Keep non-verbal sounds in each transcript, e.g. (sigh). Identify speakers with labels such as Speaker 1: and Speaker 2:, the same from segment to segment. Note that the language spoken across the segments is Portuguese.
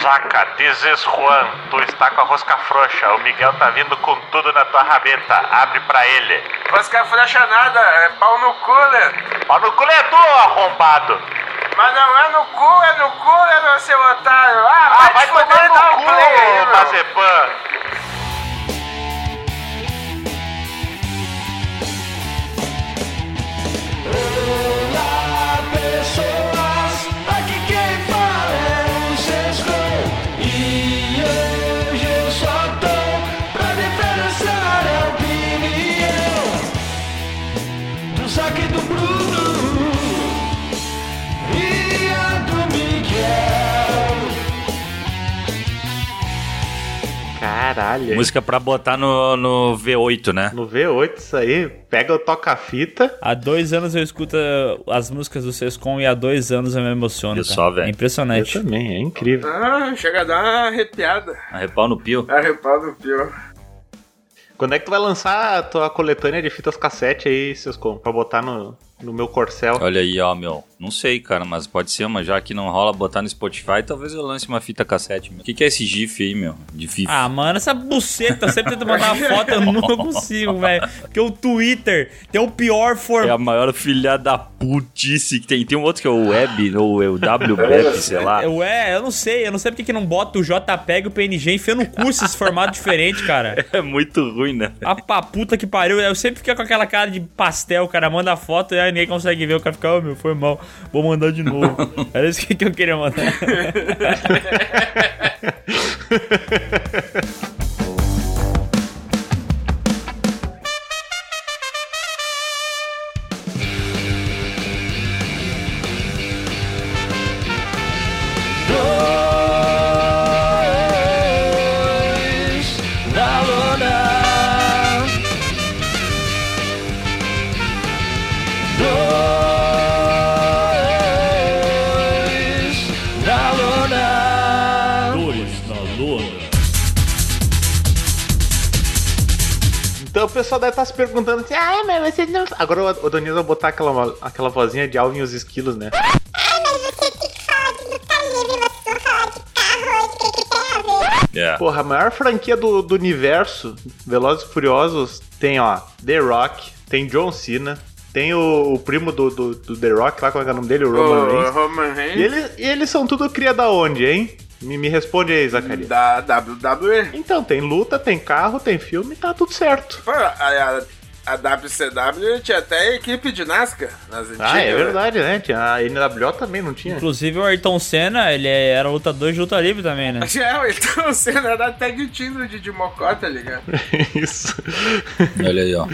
Speaker 1: Zaca, dizes Juan, tu está com a rosca frouxa. O Miguel tá vindo com tudo na tua rabeta. Abre pra ele.
Speaker 2: Rosca frouxa nada, é pau no cu, né?
Speaker 1: Ó, no cu é tu, ó, arrombado.
Speaker 2: Mas não é no cu, é no cu, é no seu otário. Ah,
Speaker 1: Ah, vai
Speaker 2: vai, te
Speaker 1: tomar
Speaker 2: fuder e
Speaker 1: no
Speaker 2: dá um
Speaker 1: cu,
Speaker 2: play aí, meu.
Speaker 1: Mazepan.
Speaker 3: Olá, pessoas, aqui quem fala é o Sesco E hoje eu só tô pra diferenciar a opinião Do saque do Bruno e a do Miguel
Speaker 4: Caralho.
Speaker 5: Música pra botar no, no V8, né?
Speaker 4: No V8 isso aí, pega o toca-fita.
Speaker 6: Há dois anos eu escuto uh, as músicas do Sescom e há dois anos eu me emociono.
Speaker 5: Viu
Speaker 6: cara.
Speaker 5: só, velho?
Speaker 6: É
Speaker 4: Eu
Speaker 6: Impressionante.
Speaker 4: também, é incrível.
Speaker 2: Ah, chega a dar uma arrepiada.
Speaker 5: Arrepau no pio.
Speaker 2: Arrepau no pio.
Speaker 4: Quando é que tu vai lançar a tua coletânea de fitas cassete aí, seus com, pra botar no, no meu corcel?
Speaker 5: Olha aí, ó, meu. Não sei, cara, mas pode ser, mas já que não rola botar no Spotify, talvez eu lance uma fita cassete, meu. O que, que é esse GIF aí, meu? De FIFA.
Speaker 6: Ah, mano, essa buceta, eu sempre tento mandar uma foto, eu
Speaker 5: (laughs)
Speaker 6: nunca consigo, velho. Porque o Twitter tem o pior
Speaker 5: É a
Speaker 6: formato.
Speaker 5: maior filha da putice que tem. Tem um outro que é o Web, ou é o WBF, sei lá.
Speaker 6: É, Ué, eu não sei, eu não sei porque que não bota o JPEG e o PNG e enfia no cu esses formatos diferentes, cara.
Speaker 5: É muito ruim, né?
Speaker 6: A pra puta que pariu, eu sempre fico com aquela cara de pastel, cara. Manda a foto e aí ninguém consegue ver. O cara fica, ô meu, foi mal, vou mandar de
Speaker 5: (laughs)
Speaker 6: novo. Era isso que que eu queria mandar.
Speaker 3: Dois da lona Dois da lona
Speaker 4: Então o pessoal deve estar se perguntando assim, ah, mas você não. Agora o Adonis vai botar aquela, aquela vozinha de Alvin e os esquilos, né?
Speaker 7: Ah, mas você que fala de luta livre, você vai falar de carro hoje, o que, que tem a ver?
Speaker 5: É.
Speaker 4: Porra, a maior franquia do, do universo, Velozes e Furiosos, tem, ó, The Rock, tem John Cena, tem o, o primo do, do, do The Rock, lá, como é que é o nome dele? O Roman
Speaker 2: Ô,
Speaker 4: Reigns.
Speaker 2: Roman
Speaker 4: E,
Speaker 2: Reigns
Speaker 4: eles, e eles são tudo cria da onde, hein? Me, me responde aí, Zacarias.
Speaker 2: da WWE.
Speaker 4: Então, tem luta, tem carro, tem filme, tá tudo certo.
Speaker 2: Pô, a, a, a WCW tinha até equipe de Nazca nas antigas.
Speaker 4: Ah, é
Speaker 2: né? (laughs)
Speaker 4: verdade, né? Tinha A NWO também não
Speaker 6: (laughs)
Speaker 4: tinha?
Speaker 6: Inclusive o Ayrton Senna, ele era lutador de luta livre também, né?
Speaker 2: Já, então (laughs) o Senna era da tag team do Didi Mocó, tá ligado? (laughs)
Speaker 4: Isso.
Speaker 5: Olha aí, ó.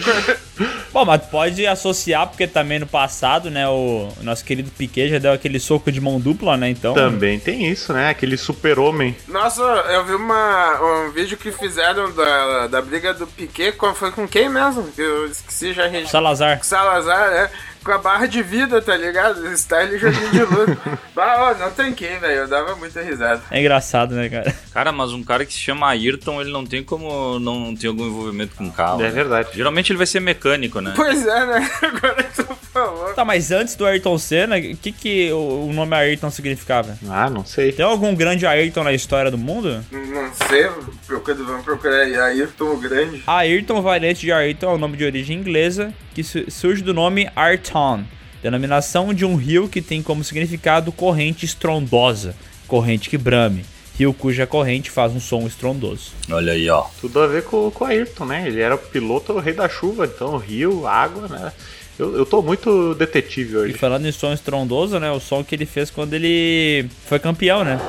Speaker 6: Bom, mas pode associar, porque também no passado, né, o nosso querido Piquet já deu aquele soco de mão dupla, né, então...
Speaker 4: Também tem isso, né? Aquele super-homem.
Speaker 2: Nossa, eu vi uma, um vídeo que fizeram da, da briga do Piquet, com, foi com quem mesmo? Eu esqueci já registrei.
Speaker 6: Salazar.
Speaker 2: Salazar, né? Com a barra de vida, tá ligado? Style joguinho de
Speaker 4: (laughs)
Speaker 2: luta. bah, ó, não tanquei, velho. Eu dava muita risada.
Speaker 6: É engraçado, né, cara? (laughs)
Speaker 5: Cara, mas um cara que se chama Ayrton, ele não tem como não ter algum envolvimento com carro.
Speaker 4: É
Speaker 5: né?
Speaker 4: verdade.
Speaker 5: Geralmente ele vai ser mecânico, né?
Speaker 2: Pois é, né? (laughs) Agora tu falou.
Speaker 6: Tá, mas antes do Ayrton Senna, o que, que o o nome Ayrton significava?
Speaker 4: Ah, não sei.
Speaker 6: Tem algum grande Ayrton na história do mundo?
Speaker 2: Não sei, procura, vamos procurar aí. Ayrton o Grande.
Speaker 6: Ayrton, variante de Ayrton, é um nome de origem inglesa que su- surge do nome Ayrton, denominação de um rio que tem como significado corrente estrondosa, corrente que brame, rio cuja corrente faz um som estrondoso.
Speaker 5: Olha aí, ó.
Speaker 4: Tudo a ver com, com o Ayrton, né? Ele era o piloto o rei da chuva, então rio, água, né? Eu, eu tô muito detetive
Speaker 6: E
Speaker 4: hoje.
Speaker 6: falando em som estrondoso, né? O som que ele fez quando ele foi campeão, né?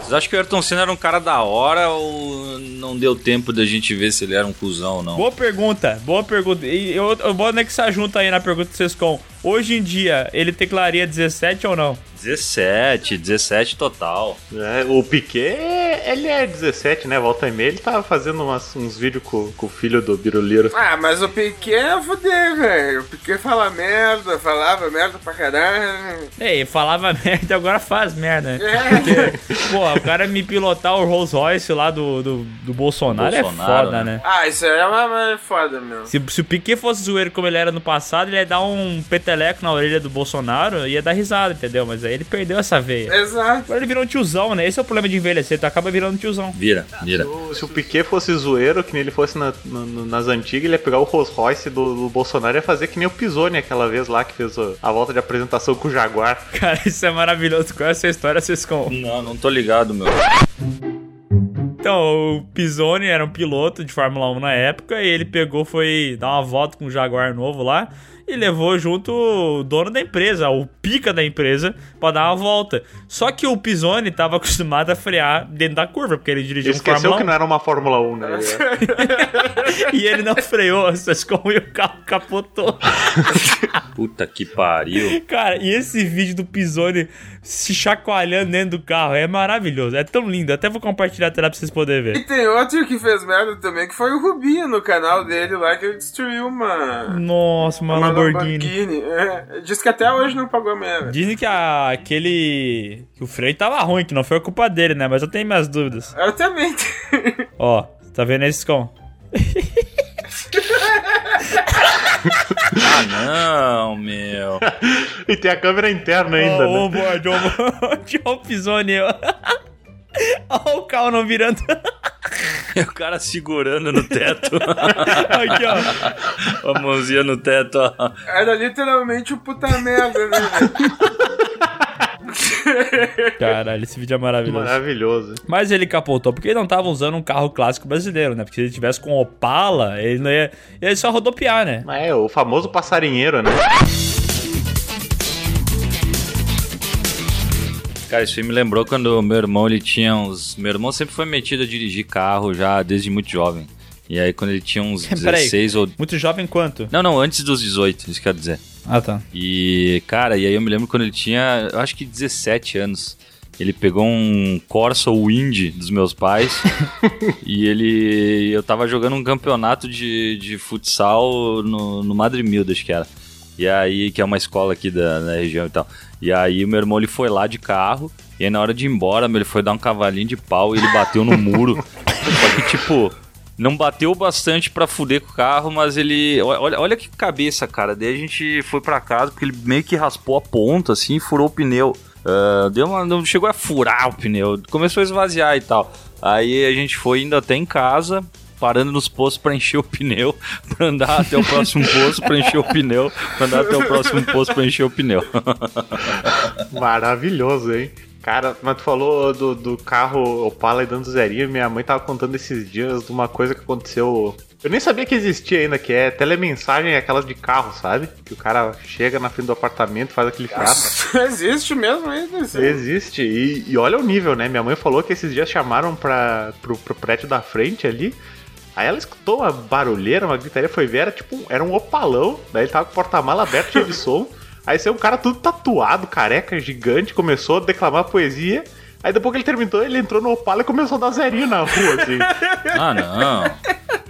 Speaker 5: Vocês acham que o Ayrton Senna era um cara da hora ou não deu tempo da gente ver se ele era um cuzão ou não?
Speaker 6: Boa pergunta, boa pergunta. E eu, eu vou anexar junto aí na pergunta do Sescom. Hoje em dia, ele teclaria 17 ou não?
Speaker 5: 17, 17 total.
Speaker 4: É, o Piquet é, ele é 17, né? Volta e meia. Ele tava fazendo umas- uns vídeos com, com o filho do Biruliro.
Speaker 2: Ah, mas o Piquet é fuder, velho. O Piquet fala merda, falava merda pra caralho.
Speaker 6: Ei, falava (laughs) merda, agora faz merda. né?
Speaker 2: É.
Speaker 6: Porra, o cara me pilotar o Rolls Royce lá do, do, do Bolsonaro, é
Speaker 5: Bolsonaro,
Speaker 6: foda, né?
Speaker 5: né?
Speaker 2: ah, isso aí é uma, uma foda, meu.
Speaker 6: Se, se o Piquet fosse zoeiro como ele era no passado, ele ia dar um peteleco na orelha do Bolsonaro e ia dar risada, entendeu? Mas aí ele perdeu essa veia.
Speaker 2: Exato.
Speaker 6: Agora ele virou um tiozão, né? Esse é o problema de envelhecer, tu acaba virando um tiozão.
Speaker 5: Vira, vira.
Speaker 4: Se o Piquet fosse zoeiro, que nem ele fosse na- no- no- nas antigas, ele ia pegar o Rolls Royce do, do Bolsonaro e ia fazer que nem o Pisoni aquela vez lá que fez o- a volta de apresentação com o Jaguar.
Speaker 6: Cara, (laughs) isso é maravilhoso. Qual é essa história, Ciscom?
Speaker 5: Não, não tô ligado, meu.
Speaker 6: Então, o Pisoni era um piloto de Fórmula 1 na época e ele pegou, foi dar uma volta com o Jaguar novo lá e levou junto o dono da empresa, o pica da empresa, pra dar uma volta. Só que o Pisoni tava (laughs) acostumado a frear dentro da curva, porque ele dirigia
Speaker 4: Ele
Speaker 6: um
Speaker 4: esqueceu
Speaker 6: Fórmula 1
Speaker 4: que não é. era uma Fórmula 1, né? Ele-
Speaker 6: e ele não freou, (laughs) Ciscom, e o carro capotou.
Speaker 5: Puta que pariu.
Speaker 6: Cara, e esse vídeo do Pisoni se chacoalhando dentro do carro é maravilhoso, é tão lindo. Até vou compartilhar a tela pra vocês poderem ver.
Speaker 2: E tem outro que fez merda também, que foi o Rubinho no canal dele lá, que ele destruiu uma.
Speaker 6: Nossa, uma, Lamborghini.
Speaker 2: É, diz que até hoje não pagou merda.
Speaker 6: Dizem que a- aquele. que o freio tava ruim, que não foi a culpa dele, né? Mas eu tenho minhas dúvidas.
Speaker 2: Eu também. (laughs)
Speaker 6: Ó, tá vendo esse com?
Speaker 5: Ah, não, meu. (laughs)
Speaker 4: E tem a câmera interna ainda,
Speaker 6: Ó,
Speaker 4: né?
Speaker 6: onboard, (laughs) onboard. Ó, o Pisoni. ó. (laughs) Ó, o carro não virando. (laughs)
Speaker 5: O cara segurando no teto. (laughs)
Speaker 6: Aqui, ó.
Speaker 5: a mãozinha no teto, ó.
Speaker 2: Era literalmente o puta merda, né?
Speaker 6: (laughs)
Speaker 2: velho?
Speaker 6: Caralho, esse vídeo é maravilhoso.
Speaker 4: Maravilhoso.
Speaker 6: Mas ele capotou porque ele não tava usando um carro clássico brasileiro, né? Porque se ele tivesse com Opala, ele não ia. Ele só rodopiar, né?
Speaker 4: Mas é o famoso passarinheiro, né?
Speaker 5: Cara, isso aí me lembrou quando meu irmão, ele tinha uns... Meu irmão sempre foi metido a dirigir carro já desde muito jovem. E aí quando ele tinha uns
Speaker 6: Peraí.
Speaker 5: 16 ou...
Speaker 6: Muito jovem quanto?
Speaker 5: Não, não, antes dos 18, isso quero dizer.
Speaker 6: Ah, tá.
Speaker 5: E, cara, e aí eu me lembro quando ele tinha, eu acho que 17 anos. Ele pegou um Corsa Wind dos meus pais e ele. Eu tava jogando um campeonato de, de futsal no, no Madrimildo, acho que era. E aí, que é uma escola aqui da, da região e tal. E aí o meu irmão ele foi lá de carro, e aí na hora de ir embora, meu, ele foi dar um cavalinho de pau e ele bateu no muro. Só que, tipo, não bateu bastante pra fuder com o carro, mas ele. o- Olha, olha que cabeça, cara. Daí a gente foi pra casa, porque ele meio que raspou a ponta, assim, e furou o pneu. Ah, deu uma, não chegou a furar o pneu, começou a esvaziar e tal. Aí a gente foi indo até em casa, parando nos postos pra encher o pneu, (laughs) pra andar até o próximo posto pra encher o pneu, pra andar até o próximo posto pra encher o pneu.
Speaker 4: Maravilhoso, hein? Cara, mas tu falou do, do carro Opala e dando zerinho. Minha mãe tava contando esses dias de uma coisa que aconteceu. Eu nem sabia que existia ainda, que é telemensagem, aquelas de carro, sabe? Que o cara chega na frente do apartamento, faz aquele trato.
Speaker 2: Existe mesmo ainda. isso.
Speaker 4: Existe. E, e olha o nível, né? Minha mãe falou que esses dias chamaram pra, pro, pro prédio da frente ali. Aí ela escutou uma barulheira, uma gritaria, foi ver, era tipo um- era um opalão, daí ele tava com o porta-mala aberto, cheio de som. Aí saiu um cara tudo tatuado, careca, gigante, começou a declamar poesia. Aí depois que ele terminou, ele entrou no opala e começou a dar zerinho na rua, assim.
Speaker 5: Ah, não.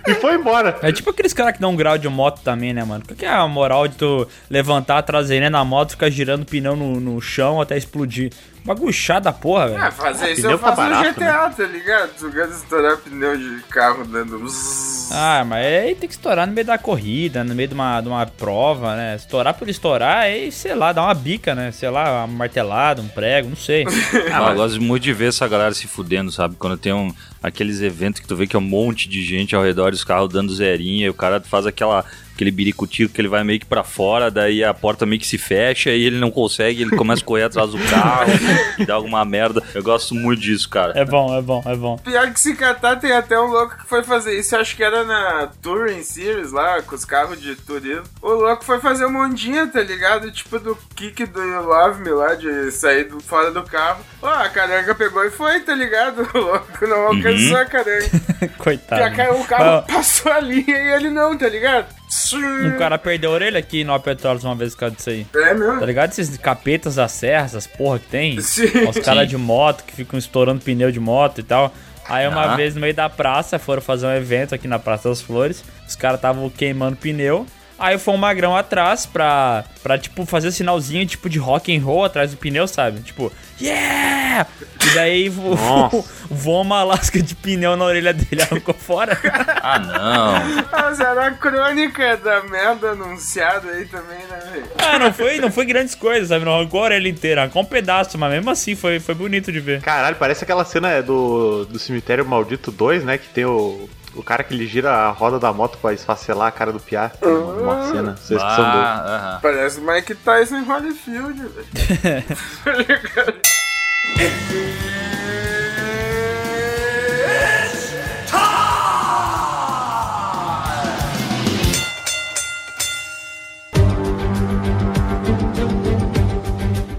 Speaker 4: e foi embora.
Speaker 6: É tipo aqueles caras que dão um grau de moto também, né, mano? Qual que é a moral de tu levantar a traseira na moto, ficar girando o pneu no, no chão até explodir? Bagulho chato da porra,
Speaker 2: Ah,
Speaker 6: velho.
Speaker 2: fazer isso
Speaker 4: pneu
Speaker 2: eu
Speaker 4: tá
Speaker 2: faço no
Speaker 4: barato,
Speaker 2: GTA, tá ligado? Tu gosta de estourar pneu de carro dando. um zzzz.
Speaker 6: Ah, mas aí tem que estourar no meio da corrida, no meio de uma, de uma prova, né? Estourar por estourar, aí, sei lá, dá uma bica, né? Sei lá, uma martelada, um prego, não sei.
Speaker 5: Ah, eu gosto muito de ver essa galera se fudendo, sabe? Quando tem um, aqueles eventos que tu vê que é um monte de gente ao redor dos carros dando zerinha, e o cara faz aquela, aquele biricutico que ele vai meio que pra fora, daí a porta meio que se fecha e ele não consegue, ele começa a correr atrás do carro e dá alguma merda. Eu gosto muito disso, cara.
Speaker 6: É bom, é bom, é bom. (laughs)
Speaker 2: Pior que se catar, tem até um louco que foi fazer isso, acho que era na Touring Series lá, com os carros de turismo. O louco foi fazer um ondinha, tá ligado? Tipo do kick do You Love Me lá, de sair do- fora do carro. Ó, a caranca pegou e foi, tá ligado? (laughs) O louco não alcançou a caranca.
Speaker 6: Coitado.
Speaker 2: Porque a ca-
Speaker 6: mano.
Speaker 2: o carro passou a linha e ele não, tá ligado?
Speaker 6: Um cara perdeu a orelha aqui em Nova Petrópolis uma vez por causa disso aí.
Speaker 2: É mesmo?
Speaker 6: Tá ligado? Esses capetas da serra, essas porra que tem.
Speaker 2: Sim.
Speaker 6: Os caras de moto que ficam estourando pneu de moto e tal. Aí uma
Speaker 5: Ah.
Speaker 6: vez no meio da praça, foram fazer um evento aqui na Praça das Flores. Os caras estavam queimando pneu. Aí foi um magrão atrás pra, pra, tipo, fazer sinalzinho, tipo, de rock and roll atrás do pneu, sabe? Tipo, yeah! E daí vo- (laughs)
Speaker 4: Nossa.
Speaker 6: voou uma lasca de pneu na orelha dele, arrancou fora. (laughs)
Speaker 5: Ah, não.
Speaker 2: Ah, será a crônica da merda anunciada aí também, né, velho?
Speaker 6: ah, não foi, não foi grandes coisas, sabe? Não arrancou a orelha inteira, arrancou um pedaço, mas mesmo assim foi, foi bonito de ver.
Speaker 4: Caralho, parece aquela cena é, do, do Cemitério Maldito 2, né? Que tem o, o cara que ele gira a roda da moto pra esfacelar a cara do Piastri. Uma, uma cena. Vocês que são doidos.
Speaker 5: Ah, aham.
Speaker 2: Parece o Mike Tyson em Holyfield, velho. Tá ligado?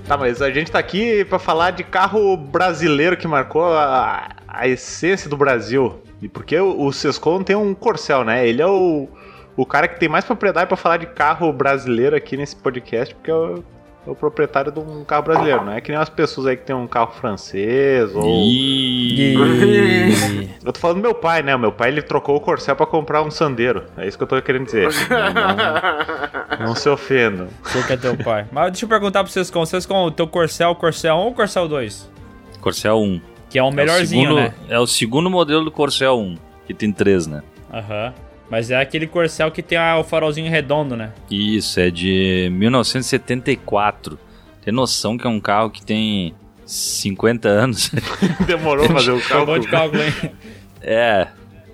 Speaker 4: Tá, mas a gente tá aqui pra falar de carro brasileiro que marcou a, a essência do Brasil. E porque o, o Sescon tem um Corcel, né? Ele é o, o cara que tem mais propriedade pra falar de carro brasileiro aqui nesse podcast, porque é o, é o proprietário de um carro brasileiro, não é que nem as pessoas aí que tem um carro francês ou...
Speaker 5: Ih,
Speaker 6: (laughs) E...
Speaker 4: Eu tô falando do meu pai, né? O meu pai ele trocou o Corcel pra comprar um Sandero. É isso que eu tô querendo (laughs) dizer. Não, não- não se ofendam.
Speaker 6: Sei que é teu pai. Mas deixa eu perguntar pra vocês com vocês com o teu Corcel, Corcel 1 ou Corcel 2?
Speaker 5: Corcel 1.
Speaker 6: Que é o
Speaker 5: é
Speaker 6: melhorzinho,
Speaker 5: o segundo,
Speaker 6: né?
Speaker 5: É o segundo modelo do Corcel 1, que tem três, né?
Speaker 6: Aham. Mas é aquele Corcel que tem ah, o farolzinho redondo, né?
Speaker 5: Isso, é de 1974. Tem noção que é um carro que tem 50 anos?
Speaker 4: (laughs)
Speaker 5: (laughs)
Speaker 4: Demorou pra fazer o
Speaker 6: Acabou
Speaker 4: carro.
Speaker 6: de cálculo, hein?
Speaker 5: é,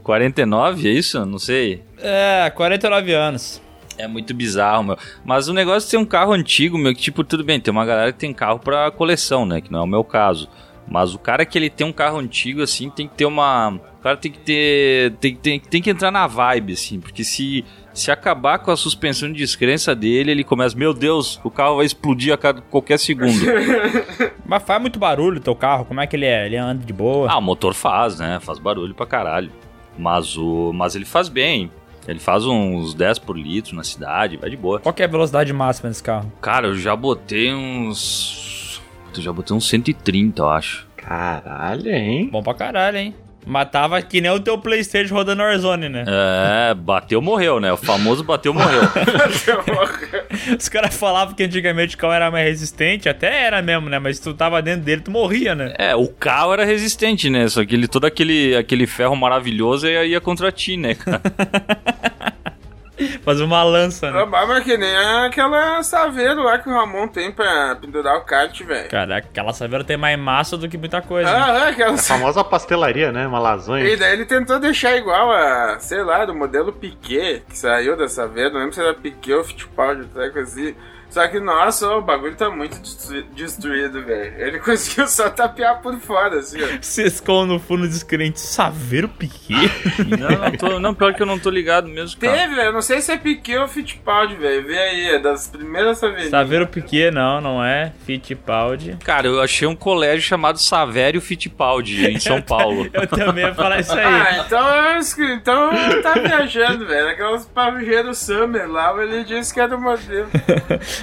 Speaker 5: 49, é isso? Não sei.
Speaker 6: É, 49 anos.
Speaker 5: É muito bizarro, meu. Mas o negócio de ter um carro antigo, meu, que tipo, tudo bem, tem uma galera que tem carro pra coleção, né? Que não é o meu caso. Mas o cara que ele tem um carro antigo, assim, tem que ter uma. O cara tem que ter. Tem, tem, tem que entrar na vibe, assim, porque se. Se acabar com a suspensão de descrença dele, ele começa, meu Deus, o carro vai explodir a cada, qualquer segundo.
Speaker 6: Mas faz muito barulho o teu carro, como é que ele é? Ele anda de boa.
Speaker 5: Ah, o motor faz, né? Faz barulho pra caralho. Mas o. Mas ele faz bem. Ele faz uns 10 por litro na cidade, vai de boa.
Speaker 6: Qual que é a velocidade máxima desse carro?
Speaker 5: Cara, eu já botei uns. Eu já botei uns 130, eu acho.
Speaker 4: Caralho, hein?
Speaker 6: Bom pra caralho, hein? Matava que nem o teu Playstation rodando Warzone, né?
Speaker 5: É, bateu, morreu, né? O famoso bateu, morreu.
Speaker 6: Os caras falavam que antigamente o carro era mais resistente, até era mesmo, né? Mas se tu tava dentro dele, tu morria, né?
Speaker 5: É, o carro era resistente, né? Só que ele, todo aquele, aquele ferro maravilhoso ia, ia contra ti, né, cara?
Speaker 6: Fazer uma lança, né?
Speaker 2: Ah, mas que nem aquela saveiro lá que o Ramon tem pra pendurar o kart, velho.
Speaker 6: Caraca, aquela saveira tem mais massa do que muita coisa. né?
Speaker 2: Ah, é, aquela
Speaker 4: A famosa pastelaria, né? Uma
Speaker 2: E
Speaker 4: lasanha.
Speaker 2: daí ele tentou deixar igual a, sei lá, do modelo Piquet, que saiu dessa vez, não lembro se era Piquet ou Fittipaldi, até coisa assim. Só que, nossa, o bagulho tá muito destru- destruído, velho. Ele (laughs) conseguiu só tapear por fora, assim,
Speaker 6: Tá.
Speaker 2: ó.
Speaker 6: Sescou no fundo descrente,
Speaker 5: (laughs)
Speaker 6: saveiro pequeno.
Speaker 5: Não, não, tô- não, pior que eu não tô ligado mesmo, cara.
Speaker 2: Teve, velho, eu não sei se é Piquet ou Fittipaldi, velho. Vê aí, é das primeiras saveirinhas.
Speaker 6: Saveiro pequeno, não, não é? Fittipaldi.
Speaker 5: Cara, eu achei um colégio chamado Savério Fittipaldi, em São Paulo.
Speaker 6: Eu também ia falar isso aí.
Speaker 2: Ah, então, eu escre- então eu tá viajando, (laughs) velho. Aquelas pavilheiros Summer lá, ele disse que era o modelo.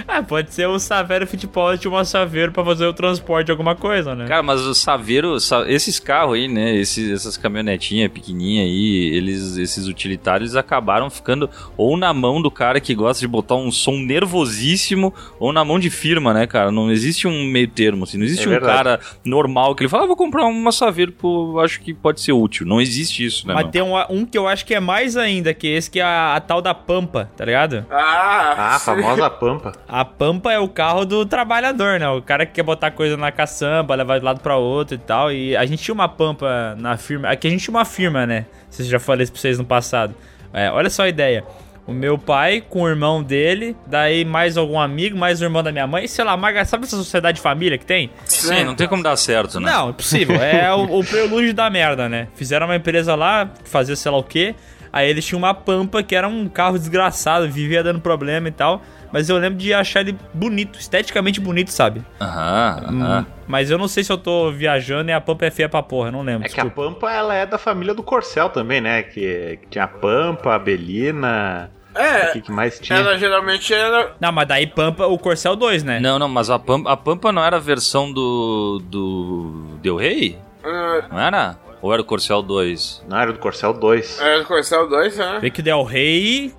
Speaker 6: Ah, pode ser o Saveiro Fittipaldi e uma Saveiro pra fazer o transporte de alguma coisa, né?
Speaker 5: Cara, mas o Saveiro, sa- esses carros aí, né? Esses, essas caminhonetinhas pequenininhas aí, eles, esses utilitários acabaram ficando ou na mão do cara que gosta de botar um som nervosíssimo, ou na mão de firma, né, cara? Não existe um meio termo, assim. Não existe
Speaker 4: É
Speaker 5: um
Speaker 4: verdade.
Speaker 5: cara normal que ele fala, ah, vou comprar uma Saveiro, pô, eu acho que pode ser útil. Não existe isso, né?
Speaker 6: Mas
Speaker 5: meu?
Speaker 6: tem um, um que eu acho que é mais ainda, que esse que é a, a tal da Pampa, tá ligado?
Speaker 2: Ah,
Speaker 4: Ah, a
Speaker 2: sim.
Speaker 4: (laughs) famosa pampa.
Speaker 6: A Pampa é o carro do trabalhador, né? O cara que quer botar coisa na caçamba, levar de lado pra outro e tal. E a gente tinha uma Pampa na firma. Aqui a gente tinha uma firma, né? Não sei Se eu já falei isso pra vocês no passado. É, olha só a ideia. O meu pai com o irmão dele, daí mais algum amigo, mais o irmão da minha mãe, sei lá, maga, sabe essa sociedade de família que tem?
Speaker 5: Sim, não tem como dar certo, né?
Speaker 6: Não, impossível. É o, o prelúdio da merda, né? Fizeram uma empresa lá, fazia sei lá o quê. Aí eles tinham uma pampa que era um carro desgraçado, vivia dando problema e tal. Mas eu lembro de achar ele bonito, esteticamente bonito, sabe?
Speaker 5: Aham, aham.
Speaker 6: Mas eu não sei se eu tô viajando e a pampa é feia pra porra, não lembro.
Speaker 4: É que a
Speaker 6: desculpa.
Speaker 4: Pampa ela é da família do Corcel também, né? Que, que tinha a Pampa, a Belina,
Speaker 2: É,
Speaker 4: O que, que mais tinha?
Speaker 2: ela geralmente era.
Speaker 6: Não, mas daí pampa o Corcel 2, né?
Speaker 5: Não, não, mas a Pampa, a Pampa não era a versão do. do. Del Rey?
Speaker 2: ah,
Speaker 5: Não era? Ou era o Corcel 2?
Speaker 4: Não, era do Corcel 2.
Speaker 2: era Corcel 2, né?
Speaker 6: Vê que Del Rey.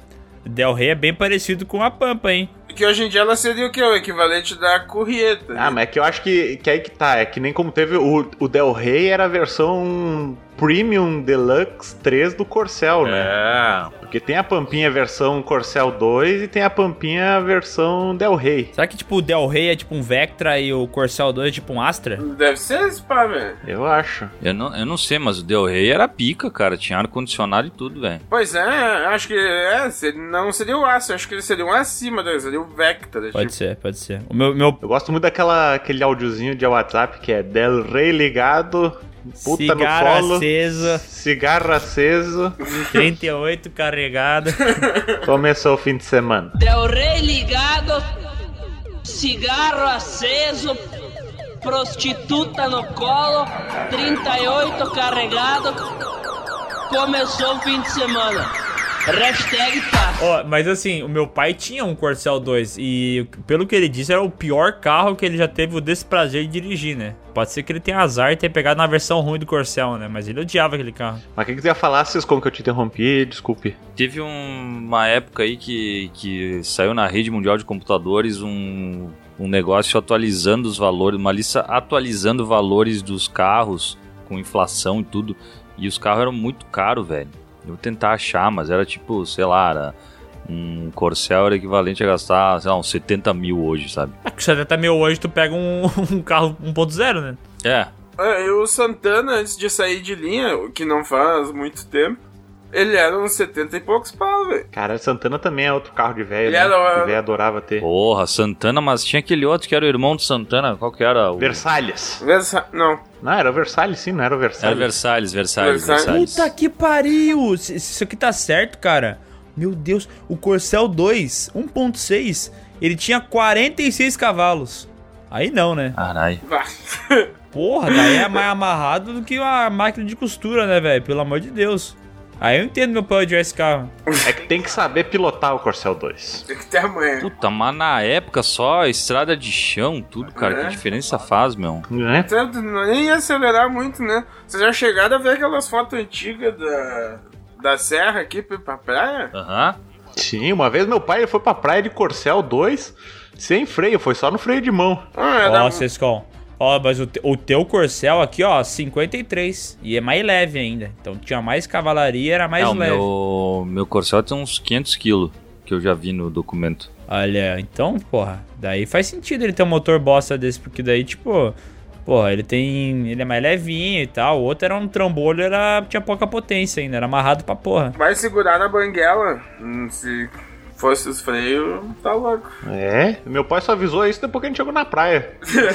Speaker 6: Del Rey é bem parecido com a Pampa, hein?
Speaker 2: Que hoje em dia ela seria o quê? O equivalente da Currieta.
Speaker 4: Ah, mas é que eu acho que, que aí que tá. É que nem como teve o, o Del Rey era a versão Premium Deluxe 3 do Corcel, né?
Speaker 5: É.
Speaker 4: Porque tem a Pampinha versão Corcel 2 e tem a Pampinha versão Del Rey.
Speaker 6: Será que tipo o Del Rey é tipo um Vectra e o Corcel 2 é tipo um Astra?
Speaker 2: Deve ser esse pá, velho.
Speaker 4: Eu acho.
Speaker 5: Eu não, eu não sei, mas o Del Rey era pica, cara. Tinha ar-condicionado e tudo, velho.
Speaker 2: Pois é, acho que é, seria- não seria o Aço, acho que ele seria um acima dele, seria o Vector.
Speaker 6: Pode ser, pode ser. O meu, meu
Speaker 4: Eu gosto muito daquela aquele áudiozinho de WhatsApp que é Del Rey ligado, puta
Speaker 6: cigarro
Speaker 4: no colo,
Speaker 6: acesa,
Speaker 4: cigarro aceso,
Speaker 6: 38 carregado.
Speaker 4: começou o fim de semana.
Speaker 8: Del Rey É ligado, cigarro aceso, prostituta no colo, 38 carregado. Começou o fim de semana. Hashtag paz.
Speaker 6: Ó, mas assim, o meu pai tinha um Corcel 2 e pelo que ele disse era o pior carro que ele já teve o desprazer de dirigir, né? Pode ser que ele tenha azar e tenha pegado na versão ruim do Corcel, né? Mas ele odiava aquele carro.
Speaker 4: Mas o que que você ia falar, Cisco, que eu te interrompi? Desculpe.
Speaker 5: Teve um- uma época aí que, que saiu na rede mundial de computadores um, um negócio atualizando os valores, uma lista atualizando valores dos carros com inflação e tudo. E os carros eram muito caros, velho. Eu vou tentar achar, mas era tipo, sei lá, era um Corcel era equivalente a gastar, sei lá, uns 70 mil hoje, sabe?
Speaker 6: Ah, com 70 mil hoje tu pega um, (laughs) um carro 1.0, né?
Speaker 5: É,
Speaker 2: É, e o Santana, antes de sair de linha, o que não faz muito tempo, ele era uns 70 e poucos pau, velho.
Speaker 4: Cara, Santana também é outro carro de velho,
Speaker 2: Ele
Speaker 4: né?
Speaker 2: era o-
Speaker 4: Que velho adorava ter.
Speaker 5: porra, Santana, mas tinha aquele outro que era o irmão do Santana, qual que era? O...
Speaker 4: Versalhes.
Speaker 2: Versa- Não,
Speaker 4: Não, era o Versalhes, sim, não era o
Speaker 5: Era
Speaker 4: Versalhes.
Speaker 5: Versalhes, Versalhes,
Speaker 2: Versalhes.
Speaker 5: Versalhes.
Speaker 6: Puta que pariu! Se- se Isso aqui tá certo, cara. Meu Deus, o Corcel 2, 1.6, ele tinha 46 cavalos. Aí não, né?
Speaker 5: Caralho.
Speaker 2: vá.
Speaker 6: Porra, daí é mais amarrado do que uma máquina de costura, né, velho? Pelo amor de Deus. Aí eu entendo meu pai odiar esse carro.
Speaker 4: É que tem que saber pilotar o Corcel 2.
Speaker 2: (laughs) Tem que ter amanhã.
Speaker 5: Puta, mas na época só estrada de chão, tudo, cara,
Speaker 2: É.
Speaker 5: que diferença faz, meu?
Speaker 4: Né?
Speaker 2: Tanto, não- nem ia acelerar muito, né? Vocês já chegaram a ver aquelas fotos antigas da, da serra aqui pra- pra praia?
Speaker 5: Aham.
Speaker 4: Sim, uma vez meu pai ele foi pra praia de Corcel 2 sem freio, foi só no freio
Speaker 2: (laughs)
Speaker 4: de mão.
Speaker 2: Ah,
Speaker 5: É,
Speaker 2: era
Speaker 5: um-
Speaker 6: Ó, Sescon. Ó, mas o, te- o teu Corcel aqui, ó, 53. E é mais leve ainda. Então tinha mais cavalaria, era mais
Speaker 5: É, o
Speaker 6: leve.
Speaker 5: meu, meu Corcel tem uns 500 quilos, que eu já vi no documento.
Speaker 6: Olha, então, porra, daí faz sentido ele ter um motor bosta desse, porque daí, tipo, porra, ele tem. Ele é mais levinho e tal. O outro era um trambolho, era, tinha pouca potência ainda, era amarrado pra porra.
Speaker 2: Vai segurar na banguela. Hum, Se fosse os freios, tá louco.
Speaker 4: É? Meu pai só avisou isso depois que a gente chegou na praia.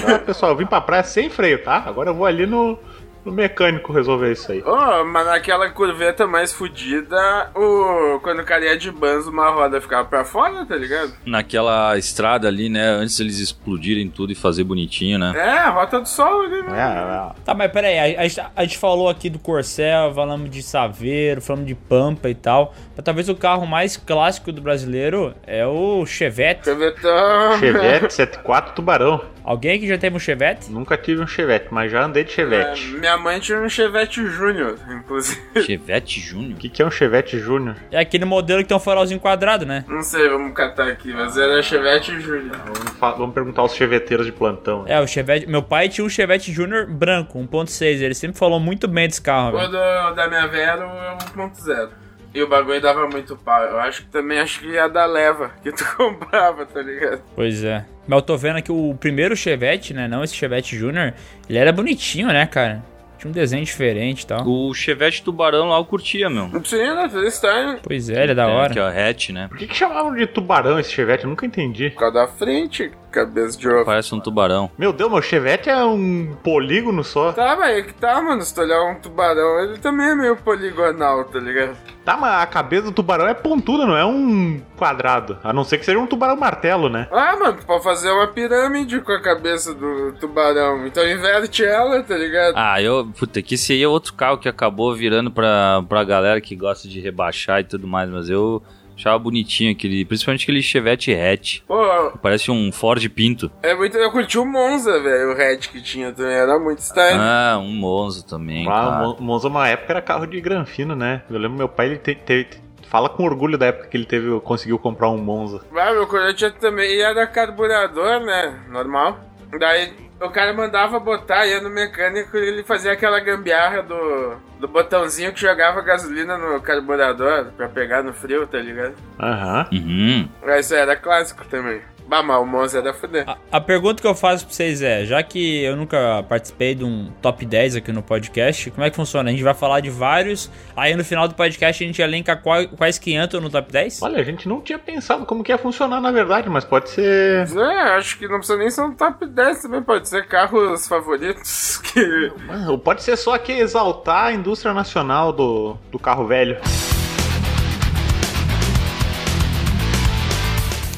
Speaker 4: Ah, pessoal, eu vim pra praia sem freio, tá? Agora eu vou ali no, no mecânico resolver isso aí.
Speaker 2: Oh, mas naquela curveta mais fodida, o... quando o cara ia de banzo, uma roda ficava pra fora, tá ligado?
Speaker 5: Naquela estrada ali, né, antes eles explodirem tudo e fazer bonitinho, né?
Speaker 2: É, a rota do sol ali,
Speaker 4: É,
Speaker 2: né?
Speaker 4: é,
Speaker 6: Tá, mas peraí, a, a gente- a gente falou aqui do Corcel, falamos de Saveiro, falamos de Pampa e tal. Mas talvez o carro mais clássico do brasileiro é o Chevette.
Speaker 2: Curvetão.
Speaker 4: Chevette 74 Tubarão.
Speaker 6: Alguém aqui já teve um Chevette?
Speaker 4: Nunca tive um Chevette, mas já andei de
Speaker 2: É,
Speaker 4: Chevette.
Speaker 2: minha mãe tinha um Chevette Júnior, inclusive. (laughs)
Speaker 5: Chevette
Speaker 4: O
Speaker 5: Júnior?
Speaker 4: que, que é um Chevette Júnior?
Speaker 6: É aquele modelo que tem um farolzinho quadrado, né?
Speaker 2: Não sei, vamos catar aqui, mas era Chevette Júnior.
Speaker 4: Vamos, fa- vamos perguntar aos cheveteiros de plantão.
Speaker 6: É, o Chevette. Meu pai tinha um Chevette Junior branco, 1.6. Ele sempre falou muito bem desse carro,
Speaker 2: O
Speaker 6: velho.
Speaker 2: do- da minha Vera era o 1.0. E o bagulho dava muito pau. Eu acho que também acho que ia da leva que tu (laughs) comprava, tá ligado?
Speaker 6: Pois é. Mas eu tô vendo aqui o primeiro Chevette, né? Não esse Chevette Junior. Ele era bonitinho, né, cara? Tinha um desenho diferente e tal.
Speaker 5: O Chevette Tubarão lá eu curtia, meu.
Speaker 2: Não tinha, né? Freestyle.
Speaker 6: Pois é, ele é da
Speaker 5: Tem
Speaker 6: hora.
Speaker 5: Que é a hatch, né?
Speaker 4: Por que, que chamavam de tubarão esse Chevette? Eu nunca entendi.
Speaker 2: Por causa da frente, cabeça de ovo.
Speaker 5: Parece um tubarão.
Speaker 4: Meu Deus, meu Chevette é um polígono só.
Speaker 2: Tá, mas é que tá, mano. Se tu olhar um tubarão, ele também é meio poligonal, tá ligado?
Speaker 4: Tá, mas a cabeça do tubarão é pontuda, não é um quadrado. A não ser que seja um tubarão martelo, né?
Speaker 2: Ah, mano, tu pode fazer uma pirâmide com a cabeça do tubarão. Então inverte ela, tá ligado?
Speaker 5: Ah, eu. Puta, que esse aí é outro carro que acabou virando pra, pra galera que gosta de rebaixar e tudo mais, mas eu. Achava bonitinho aquele, principalmente aquele Chevette hatch.
Speaker 2: Pô,
Speaker 5: Parece um Ford Pinto.
Speaker 2: é muito. Eu curti o Monza, velho, o Red que tinha também. Era muito style.
Speaker 5: Ah, um Monza também,
Speaker 4: É. Ah,
Speaker 5: cara.
Speaker 4: Mon- Monza, uma época, era carro de granfino, né? Eu lembro meu pai, ele te- teve- fala com orgulho da época que ele teve, conseguiu comprar um Monza.
Speaker 2: Ah, meu Corinthians também e era carburador, né? Normal. Daí o cara mandava botar, ia no mecânico e ele fazia aquela gambiarra do, do botãozinho que jogava gasolina no carburador pra pegar no frio, tá ligado?
Speaker 4: Aham.
Speaker 5: Uhum.
Speaker 2: Mas Isso era clássico também. Bah, mas o Monza era fuder.
Speaker 6: A, a pergunta que eu faço pra vocês é: já que eu nunca participei de um top 10 aqui no podcast, como é que funciona? A gente vai falar de vários, aí no final do podcast a gente elenca qual- quais que entram no top 10?
Speaker 4: Olha, a gente não tinha pensado como que ia funcionar, na verdade, mas pode ser...
Speaker 2: Mas É, acho que não precisa nem ser um top 10 também, pode ser carros favoritos (laughs) que.
Speaker 4: Mas Pode ser só que exaltar a indústria nacional do, do carro velho.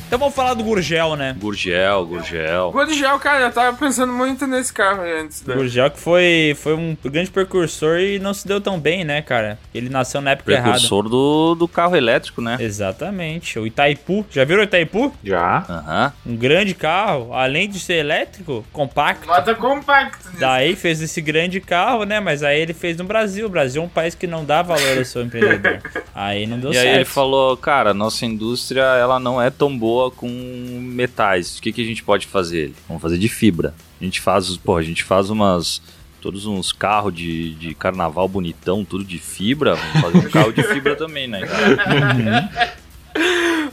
Speaker 6: Então vamos falar do Gurgel, né?
Speaker 5: Gurgel, Gurgel.
Speaker 2: Gurgel, cara, eu tava pensando muito nesse carro aí antes né?
Speaker 6: O
Speaker 2: dele.
Speaker 6: Gurgel que foi, foi um grande precursor e não se deu tão bem, né, cara? Ele nasceu na época errada.
Speaker 5: Precursor do, do carro elétrico, né?
Speaker 6: Exatamente. O Itaipu. Já viram o Itaipu?
Speaker 4: Já.
Speaker 5: Aham.
Speaker 6: Um grande carro, além de ser elétrico, compacto.
Speaker 2: Bota compacto nisso.
Speaker 6: Daí fez esse grande carro, né? Mas aí ele fez no Brasil. O Brasil é um país que não dá valor ao seu empreendedor. Aí não deu
Speaker 5: E
Speaker 6: certo.
Speaker 5: aí ele falou, cara, nossa indústria ela não é tão boa com metais. O que, que a gente pode fazer? Vamos fazer de fibra. A gente faz, pô, a gente faz umas todos uns carros de, de carnaval bonitão, tudo de fibra. Vamos fazer um carro de
Speaker 6: (laughs)
Speaker 5: fibra também, né? Cara?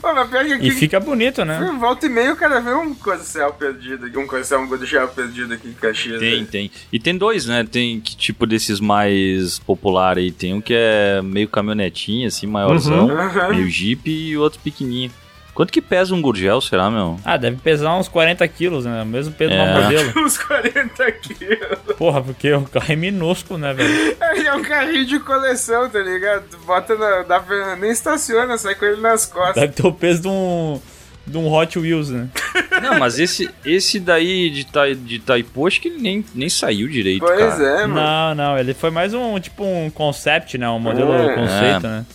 Speaker 2: Pô, mas pior que
Speaker 6: E
Speaker 2: aqui-
Speaker 6: fica bonito, né?
Speaker 2: Volta e meia o cara vê um corcel perdido aqui, um corcel, um gurgel perdido aqui em Caxias. né?
Speaker 5: Tem, tem. E tem dois, né? Tem que tipo desses mais popular aí. Tem um que é meio caminhonetinha, assim, maiorzão,
Speaker 6: Uhum.
Speaker 2: Aham.
Speaker 5: meio jeep e outro pequenininho. Quanto que pesa um gurgel, será, meu?
Speaker 6: Ah, deve pesar uns 40 quilos, né? O mesmo peso do
Speaker 5: É.
Speaker 6: modelo.
Speaker 2: Uns 40 quilos.
Speaker 6: Porra, porque o carro é minúsculo, né, velho?
Speaker 2: Ele é um carrinho de coleção, tá ligado? Tu Bota na. dá- nem estaciona, sai com ele nas costas.
Speaker 6: Deve ter o peso de um, de um Hot Wheels, né?
Speaker 5: Não, mas esse, esse daí de, tai, de Taipo, acho que ele nem, nem saiu direito,
Speaker 2: Pois
Speaker 5: cara.
Speaker 2: é, mano.
Speaker 6: Não, não, ele foi mais um, tipo, um concept, né? Um modelo
Speaker 2: É.
Speaker 6: conceito, né?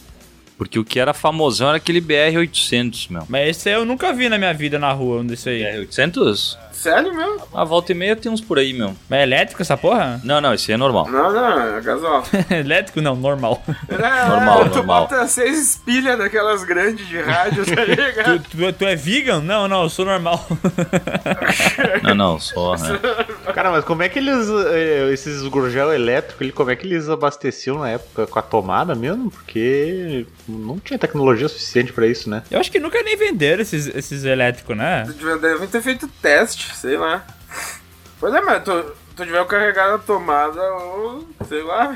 Speaker 5: Porque o que era famosão era aquele BR-800, meu.
Speaker 6: Mas esse aí eu nunca vi na minha vida na rua, um desse aí.
Speaker 5: BR-800?
Speaker 2: Sério mesmo?
Speaker 5: A volta e meia tem uns por aí, meu.
Speaker 6: Mas é elétrico
Speaker 5: (laughs)
Speaker 6: essa porra?
Speaker 5: Não, não, esse aí é normal.
Speaker 2: Não, não, é
Speaker 5: (laughs)
Speaker 2: casual.
Speaker 6: elétrico não, normal.
Speaker 2: normal, tu
Speaker 5: normal.
Speaker 2: bota seis espilhas daquelas grandes de rádio,
Speaker 5: (laughs)
Speaker 2: tá
Speaker 6: tu,
Speaker 2: ligado?
Speaker 6: tu- tu é vegan? Não, não, eu sou normal.
Speaker 5: Não, não, só, né?
Speaker 2: (laughs)
Speaker 4: Cara, mas como é que eles. eh, Esses gurgel elétrico, ele- como é que eles abasteciam na época? Com a tomada mesmo? Porque não tinha tecnologia suficiente pra isso, né?
Speaker 6: Eu acho que nunca nem venderam esses, esses elétricos, né?
Speaker 2: Devem ter feito teste, sei lá. Pois é, mas tu, tu tiver carregar a tomada ou, sei lá,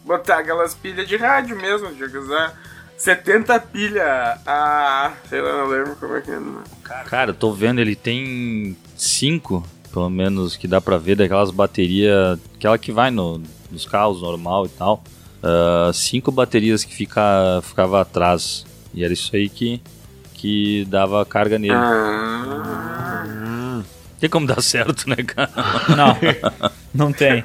Speaker 2: (laughs) botar aquelas pilhas de rádio mesmo, tinha que usar 70 pilha a, sei lá, não lembro como é que é. não.
Speaker 5: Cara, eu tô vendo, ele tem cinco, pelo menos, que dá pra ver daquelas baterias, aquela que vai no, nos carros normal e tal. Ah, cinco baterias que fica, ficava atrás. E era isso aí que, que dava carga nele.
Speaker 2: Ah,
Speaker 5: Tem como dar (laughs) certo, né, cara?
Speaker 6: Não, não tem.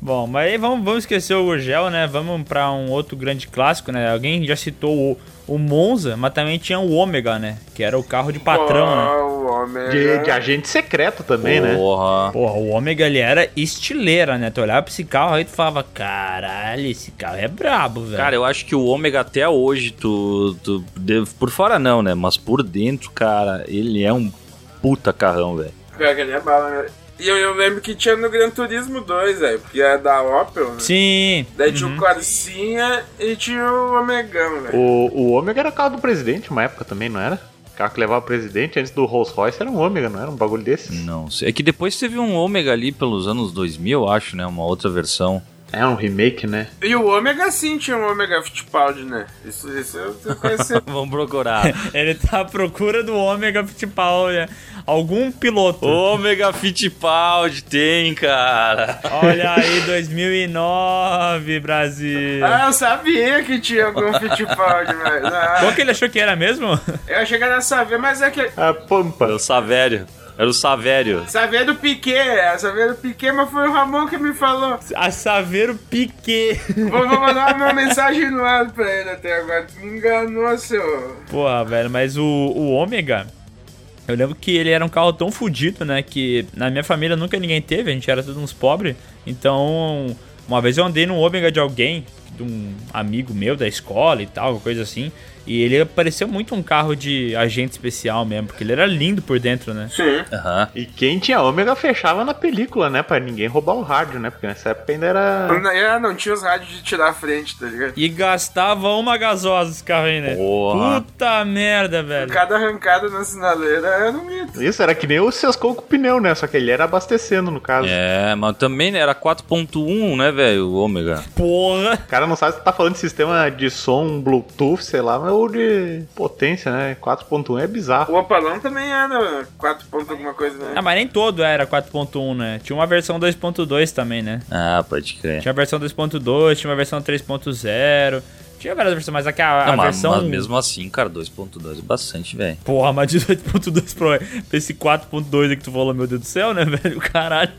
Speaker 6: Bom, mas aí vamos, vamos esquecer o Urgel, né? Vamos pra um outro grande clássico, né? Alguém já citou o, o Monza, mas também tinha o Ômega, né? Que era o carro de patrão, né?
Speaker 2: ó, o homem. né?
Speaker 4: De, de agente secreto também, né?
Speaker 5: Porra.
Speaker 6: Porra, o Ômega ele era estileira, né? Tu olhava pra esse carro aí e tu falava, caralho, esse carro é brabo, velho.
Speaker 5: Cara, eu acho que o ômega até hoje, tu, tu de- por fora não, né? Mas por dentro, cara, ele é um puta carrão, velho.
Speaker 2: Pior que ele é bala, né? E eu, eu lembro que tinha no Gran Turismo 2, velho, porque era da Opel, né?
Speaker 6: Sim.
Speaker 2: Daí tinha
Speaker 6: Uhum.
Speaker 2: o Corsinha e tinha o Omegão, velho.
Speaker 4: O, o ômega era o carro do presidente uma época também, não era? O carro que levava o presidente antes do Rolls Royce era um ômega, não era um bagulho desses?
Speaker 5: Não sei. É que depois teve um ômega ali pelos anos 2000, eu acho, né? Uma outra versão.
Speaker 4: É um remake, né?
Speaker 2: E o Ômega sim tinha um Ômega Fittipaldi, né? Isso, isso eu eu conheci.
Speaker 5: Vamos procurar.
Speaker 6: Ele tá à procura do Ômega Fittipaldi, né? Algum
Speaker 5: (laughs)
Speaker 6: piloto.
Speaker 5: ômega Fittipaldi tem, cara.
Speaker 6: Olha aí, 2009, Brasil.
Speaker 2: ah, eu sabia que tinha
Speaker 6: (laughs)
Speaker 2: algum Fittipaldi, mas...
Speaker 6: Qual
Speaker 2: Ah,
Speaker 6: que ele achou que era mesmo?
Speaker 2: eu achei que era saber, mas é que...
Speaker 4: A Pampa.
Speaker 5: Eu Savério. Era o Savério.
Speaker 2: Saveiro Piquet, é Saveiro Piquet, mas foi o Ramon que me falou.
Speaker 6: A Saveiro Piquet.
Speaker 2: Vou, vou mandar
Speaker 6: (laughs)
Speaker 2: uma mensagem no ar pra ele até agora. Tu me enganou, seu.
Speaker 6: Porra, velho, mas o, o Ômega. Eu lembro que ele era um carro tão fudido, né? Que na minha família nunca ninguém teve, a gente era todos uns pobres. Então, uma vez eu andei num Ômega de alguém, de um amigo meu da escola e tal, uma coisa assim. E ele parecia muito um carro de agente especial mesmo, porque ele era lindo por dentro, né?
Speaker 2: Sim.
Speaker 5: Aham.
Speaker 4: E quem tinha ômega fechava na película, né? Pra ninguém roubar o rádio, né? Porque nessa época ainda era.
Speaker 2: É, não tinha os rádios de tirar a frente, tá ligado?
Speaker 6: E gastava uma gasosa esse carro aí, né?
Speaker 5: Porra.
Speaker 6: Puta merda, velho.
Speaker 2: Cada arrancada na sinaleira era um mito.
Speaker 4: Isso, era que nem o Sescou com pneu, né? Só que ele era abastecendo, no caso.
Speaker 5: É, mas também né, era 4.1, né, velho? O ômega.
Speaker 6: Porra.
Speaker 4: O cara não sabe se tá falando de sistema de som, Bluetooth, sei lá, mas- ou de potência, né? 4.1 é bizarro.
Speaker 2: O Opalão também era 4 pontos alguma coisa,
Speaker 6: Ah,
Speaker 2: né?
Speaker 6: mas nem todo era 4.1, né? Tinha uma versão 2.2 também, né?
Speaker 5: Ah, pode crer.
Speaker 6: Tinha a versão 2.2, tinha uma versão 3.0. Tinha várias versões, mas aqui a, a
Speaker 5: Não, mas,
Speaker 6: versão.
Speaker 5: mas mesmo assim, cara, 2.2 é bastante, velho.
Speaker 6: Porra, mas 18.2 pro pra esse 4.2 aí que tu falou, meu Deus do céu, né, (laughs) velho? Caralho.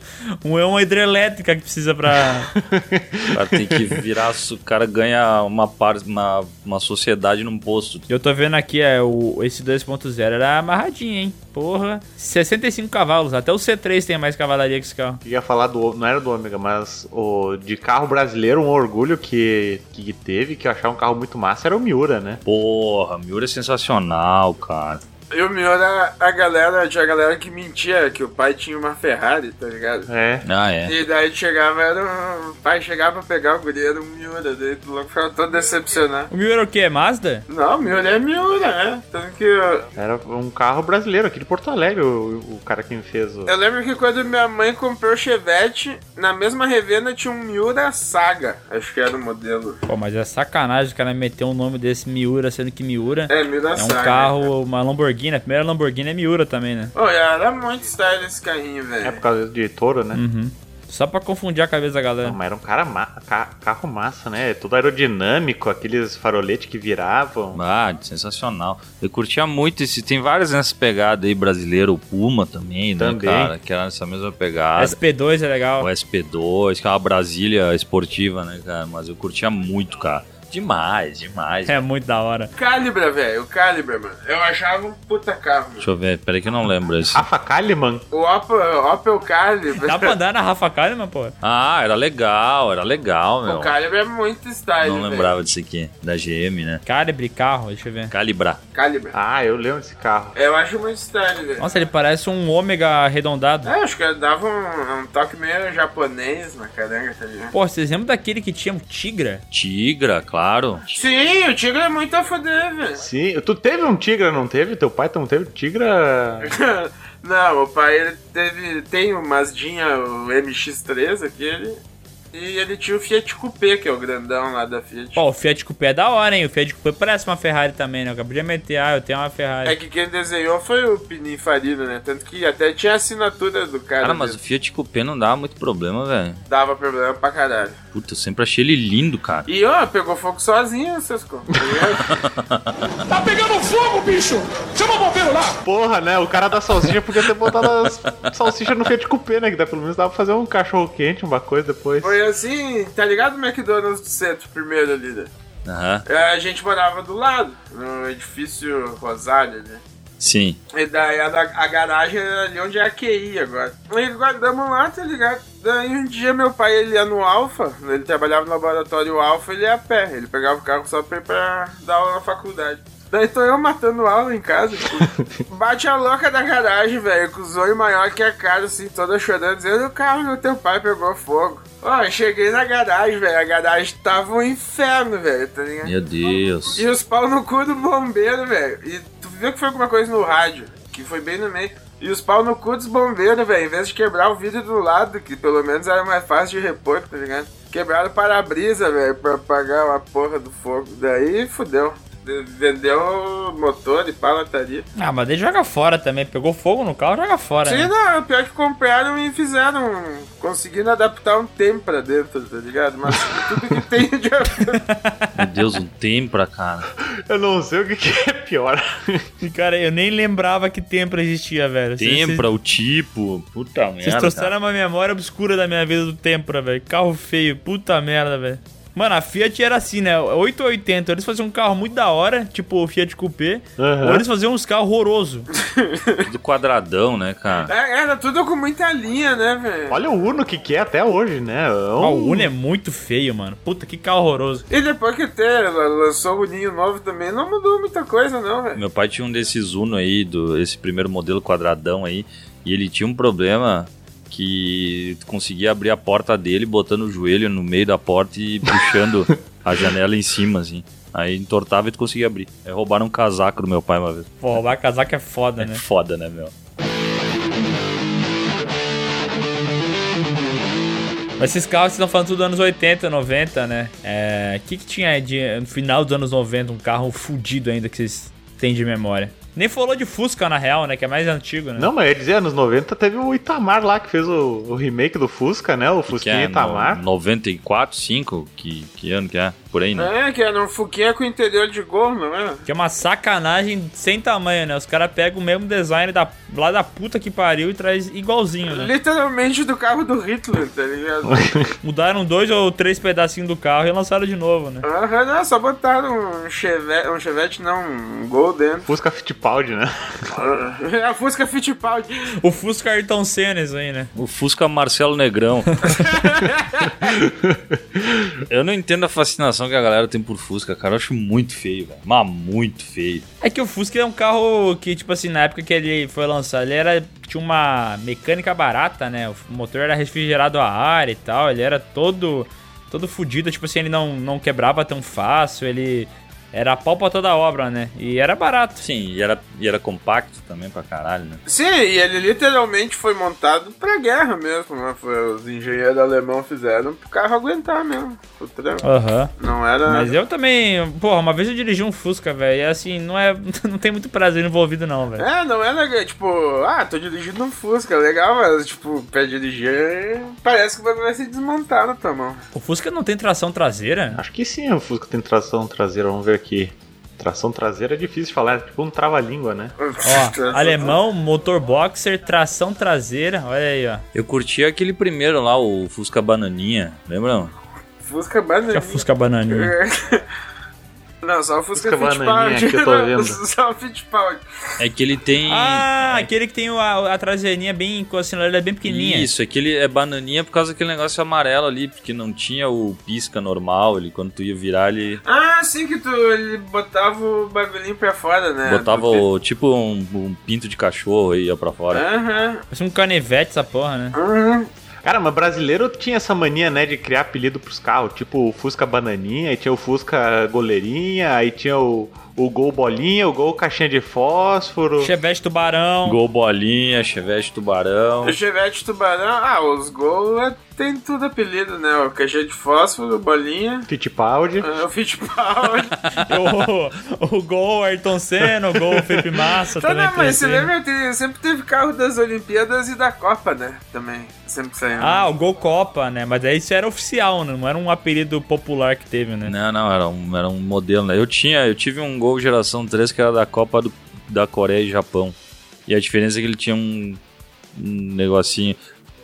Speaker 6: Um é uma hidrelétrica que
Speaker 5: (laughs)
Speaker 6: precisa pra.
Speaker 5: O cara tem que virar. su- O cara ganha uma, par, uma, uma sociedade num posto.
Speaker 6: Eu tô vendo aqui, é, o, esse 2.0 era amarradinho, hein? Porra. 65 cavalos. Até o C3 tem mais cavalaria que esse carro.
Speaker 4: Ia falar do. Não era do ômega, mas o de carro brasileiro, um orgulho que, que teve, que eu achava um carro muito massa, era o Miura, né?
Speaker 5: Porra, Miura é sensacional, cara.
Speaker 2: E o meu era a galera, tinha a galera que mentia que o pai tinha uma Ferrari, tá ligado?
Speaker 4: É.
Speaker 5: Ah, é.
Speaker 2: E daí chegava, era um... o pai chegava pra pegar o guri, era um miúda, daí o louco ficava todo decepcionado.
Speaker 6: O mil era o quê? É Mazda?
Speaker 2: Não, miúda é miúda, né? Tanto que eu,
Speaker 4: Era um carro brasileiro, aqui de Porto Alegre, o, o cara que me fez o.
Speaker 2: eu lembro que quando minha mãe comprou o Chevette, na mesma revenda tinha um miúda Saga, acho que era o modelo.
Speaker 6: Pô, mas é sacanagem o cara meter um nome desse Miura, sendo que Miura
Speaker 2: É, miúda
Speaker 6: é um
Speaker 2: Saga.
Speaker 6: carro, uma Lamborghini. A primeira Lamborghini é Miura também, né?
Speaker 2: Pô, era muito style esse carrinho,
Speaker 4: É
Speaker 2: velho.
Speaker 4: por causa de touro, né?
Speaker 6: Só pra confundir a cabeça da galera.
Speaker 4: Não, mas era um cara ma- ca- carro massa, né? Tudo aerodinâmico, aqueles faroletes que viravam.
Speaker 5: Ah, sensacional. Eu curtia muito esse. Tem várias nessas pegadas aí, brasileiro, o Puma também, né,
Speaker 4: Também.
Speaker 5: cara? Que era nessa mesma pegada.
Speaker 6: SP2 é legal.
Speaker 5: O SP2, que é uma Brasília esportiva, né, cara? Mas eu curtia muito, cara. Demais, demais.
Speaker 6: É muito da hora.
Speaker 2: Calibra, velho, o Calibra, mano. Eu achava um puta carro, mano.
Speaker 5: Deixa eu ver, peraí que eu não lembro esse.
Speaker 4: Rafa Kalimann,
Speaker 2: O Opel, Opel Calibra.
Speaker 6: Dá pra andar na Rafa Kalimann, pô?
Speaker 5: Ah, era legal, era legal, meu.
Speaker 2: (laughs) O Calibra é muito style,
Speaker 5: Não
Speaker 6: é,
Speaker 2: velho.
Speaker 5: lembrava disso aqui, da GM, né?
Speaker 6: Calibre, carro, deixa eu ver.
Speaker 5: Calibrar.
Speaker 2: Calibra.
Speaker 4: Ah, eu lembro desse carro.
Speaker 2: Eu acho muito style, velho.
Speaker 6: Nossa, ele parece um ômega arredondado.
Speaker 2: É, acho que dava um, um toque meio japonês na carenga, tá ligado?
Speaker 6: Pô, vocês lembram daquele que tinha um Tigra?
Speaker 5: Tigra, claro.
Speaker 2: Sim, o Tigre é muito a foder, velho.
Speaker 4: Sim, tu teve um Tigra, não teve? Teu pai não teve Tigra?
Speaker 2: (laughs) Não, o pai ele teve, tem o Mazdinha, o MX-3 aquele, e ele tinha o Fiat Coupé, que é o grandão lá da Fiat.
Speaker 6: Pô, o Fiat Coupé é da hora, hein? O Fiat Coupé parece uma Ferrari também, né? Eu acabei de meter, ah, eu tenho uma Ferrari.
Speaker 2: É que quem desenhou foi o Pininfarina, né? Tanto que até tinha a assinatura do cara.
Speaker 5: Cara, mas o
Speaker 2: dele.
Speaker 5: Fiat Coupé não dava muito problema, velho.
Speaker 2: Dava problema pra caralho.
Speaker 5: Puta, eu sempre achei ele lindo, cara.
Speaker 2: E ó, pegou fogo sozinho, seus contas.
Speaker 3: Tá pegando fogo, bicho! Chama o bombeiro lá!
Speaker 4: Porra, né? O cara da salsicha podia ter botado as salsicha no Fiat Coupé, né? Que dá, pelo menos dava pra fazer um cachorro quente, uma coisa depois.
Speaker 2: Foi assim, tá ligado o McDonald's do centro, primeiro ali, né?
Speaker 5: Aham,
Speaker 2: A gente morava do lado, no edifício Rosália, né?
Speaker 5: sim.
Speaker 2: E daí a, a garagem era ali onde é a QI agora. E guardamos lá, tá ligado? Daí um dia meu pai ele ia no Alfa, ele trabalhava no laboratório Alfa, ele ia a pé, ele pegava o carro só pra ir pra dar aula na faculdade. Daí tô eu matando aula em casa, tipo, bate a louca da garagem, velho, com o zóio maior que a cara, assim, toda chorando, dizendo o carro do teu pai pegou fogo. Ó, eu cheguei na garagem, velho, a garagem tava um inferno, velho, tá ligado?
Speaker 5: Meu Deus.
Speaker 2: E os pau no cu do bombeiro, velho. E tu viu que foi alguma coisa no rádio, que foi bem no meio. E os pau no cu dos bombeiros, velho. Em vez de quebrar o vidro do lado, que pelo menos era mais fácil de repor, tá ligado? Quebraram o para-brisa, velho, pra apagar a porra do fogo. Daí fudeu. Daí de- vendeu motor e palataria.
Speaker 6: Ah, mas ele joga fora também. Pegou fogo no carro, joga fora.
Speaker 2: Sim,
Speaker 6: né?
Speaker 2: não, pior que compraram e fizeram. um- Conseguindo adaptar um tempo pra dentro, tá ligado? Mas tudo que tem de. (laughs)
Speaker 5: Meu Deus, um tempra, cara.
Speaker 4: Eu não sei o que, que é pior.
Speaker 6: E, Cara, eu nem lembrava que Tempra existia, velho. Vocês- vocês-
Speaker 5: Tempra, o tipo. Puta merda.
Speaker 6: Vocês trouxeram
Speaker 5: cara.
Speaker 6: uma memória obscura da minha vida do Tempra, velho. Carro feio, puta merda, velho. Mano, a Fiat era assim, né? 880. Eles faziam um carro muito da hora, tipo o Fiat Coupé.
Speaker 4: Aham.
Speaker 6: Ou eles faziam uns carros horrorosos.
Speaker 5: do quadradão, né, cara?
Speaker 2: É, Era tudo com muita linha, né, velho?
Speaker 4: Olha o Uno que, que é até hoje, né? É um-
Speaker 6: Ah, O Uno é muito feio, mano. Puta, que carro horroroso.
Speaker 2: E depois que ter, lançou o Ninho novo também, não mudou muita coisa, não, né? velho.
Speaker 5: Meu pai tinha um desses Uno aí, do, esse primeiro modelo quadradão aí, e ele tinha um problema que tu conseguia abrir a porta dele botando o joelho no meio da porta e puxando a janela em cima, assim. Aí entortava e tu conseguia abrir. Aí roubaram um casaco do meu pai uma vez.
Speaker 6: Pô, roubar casaco é foda,
Speaker 5: É
Speaker 6: né?
Speaker 5: foda, né, meu?
Speaker 6: Mas esses carros vocês estão falando tudo dos anos 80, 90, né? É. O que, que tinha de, no final dos anos 90, um carro fudido ainda que vocês têm de memória? Nem falou de Fusca, na real, né? Que é mais antigo, né?
Speaker 4: Não, mas eu ia dizer, anos 90 teve o Itamar lá que fez o, o remake do Fusca, né? O
Speaker 5: Que
Speaker 4: Fusquinha
Speaker 5: é
Speaker 6: tá
Speaker 4: Itamar.
Speaker 5: no, 94, 5? Que, que ano que é? Por aí, né?
Speaker 2: É, que era um fuquinha com interior de gol, não é?
Speaker 6: Que é uma sacanagem sem tamanho, né? Os caras pegam o mesmo design da, lá da puta que pariu e traz igualzinho, né?
Speaker 2: Literalmente do carro do Hitler, tá ligado?
Speaker 4: (laughs)
Speaker 6: Mudaram dois ou três pedacinhos do carro e lançaram de novo, né?
Speaker 2: Aham, não, Ah, só botaram um chevette, um chevette não, um gol dentro.
Speaker 4: Fusca Fittipaldi, né?
Speaker 2: (laughs) A Fusca Fittipaldi.
Speaker 6: O Fusca Ayrton Senna, isso aí, né?
Speaker 5: O Fusca Marcelo
Speaker 6: (laughs)
Speaker 5: Negrão. eu não entendo a fascinação que a galera tem por Fusca, cara. Eu acho muito feio, velho. Mas muito feio.
Speaker 6: É que o Fusca é um carro que, tipo assim, na época que ele foi lançado, ele era, tinha uma mecânica barata, né? O motor era refrigerado a ar e tal, ele era todo todo fudido, tipo assim, ele não, não quebrava tão fácil, ele era pau pra toda obra, né? E era barato.
Speaker 5: Sim, e era, e era compacto também pra caralho, né?
Speaker 2: Sim, e ele literalmente foi montado pra guerra mesmo, né? Foi- os engenheiros alemãos fizeram pro carro aguentar mesmo. O trem.
Speaker 6: Aham.
Speaker 2: Não era.
Speaker 6: Mas eu também, porra, uma vez eu dirigi um Fusca, velho, e assim, não é, (laughs) não tem muito prazer envolvido não, velho.
Speaker 2: É, não era tipo, ah, tô dirigindo um Fusca, legal, mas tipo, pra dirigir, parece que o bagulho vai se desmontar na tua mão.
Speaker 6: O Fusca não tem tração traseira?
Speaker 4: Acho que sim, o Fusca tem tração traseira, vamos ver aqui. Tração traseira é difícil de falar, é tipo um trava-língua, né?
Speaker 6: Ó, alemão, motor boxer, tração traseira, olha aí, ó.
Speaker 5: Eu curti aquele primeiro lá, o Fusca Bananinha, lembram?
Speaker 2: Fusca
Speaker 6: Que é
Speaker 2: bananinha.
Speaker 6: Fusca bananinha.
Speaker 2: (laughs) Não, só o Fusca,
Speaker 4: Fusca
Speaker 2: Fittipaldi.
Speaker 4: bananinha que eu
Speaker 2: (laughs)
Speaker 4: tô
Speaker 2: não,
Speaker 4: vendo.
Speaker 2: Só o Fittipaldi.
Speaker 5: É que ele tem.
Speaker 6: Ah, aquele que tem a, a traseirinha bem, com a sinaleira bem pequenininha.
Speaker 5: Isso, é que ele é bananinha por causa daquele negócio amarelo ali, porque não tinha o pisca normal, ele quando tu ia virar, ele
Speaker 2: Ah, sim, que tu ele botava o bagulhinho pra fora, né?
Speaker 5: botava
Speaker 2: Do-
Speaker 5: o, tipo um, um pinto de cachorro e ia pra fora.
Speaker 2: Aham,
Speaker 6: Parece um canivete essa porra, né?
Speaker 2: aham.
Speaker 4: Cara, mas brasileiro tinha essa mania, né, de criar apelido pros carros, tipo o Fusca Bananinha, aí tinha o Fusca Goleirinha, aí tinha o, o Gol Bolinha, o Gol Caixinha de Fósforo.
Speaker 6: Chevette tubarão.
Speaker 5: Gol bolinha, chevette tubarão.
Speaker 2: O Chevette Tubarão, ah, os gols é- tem tudo apelido, né? O cachê de fósforo, bolinha,
Speaker 4: Fittipaldi.
Speaker 2: ah, o Fittipaldi.
Speaker 6: (laughs) o, o gol Ayrton Senna, o gol Felipe Massa
Speaker 2: (laughs) Tá,
Speaker 6: também.
Speaker 2: não, mas você
Speaker 6: tem assim.
Speaker 2: lembra, te- sempre teve carro das Olimpíadas e da Copa, né? Também, sempre saiu. né?
Speaker 6: Ah, o gol Copa, né? Mas aí isso era oficial, né? Não era um apelido popular que teve, né?
Speaker 5: Não, não, era um, era um modelo, né? Eu tinha, eu tive um Gol geração 3 que era da Copa do- da Coreia e Japão. E a diferença é que ele tinha um, um negocinho,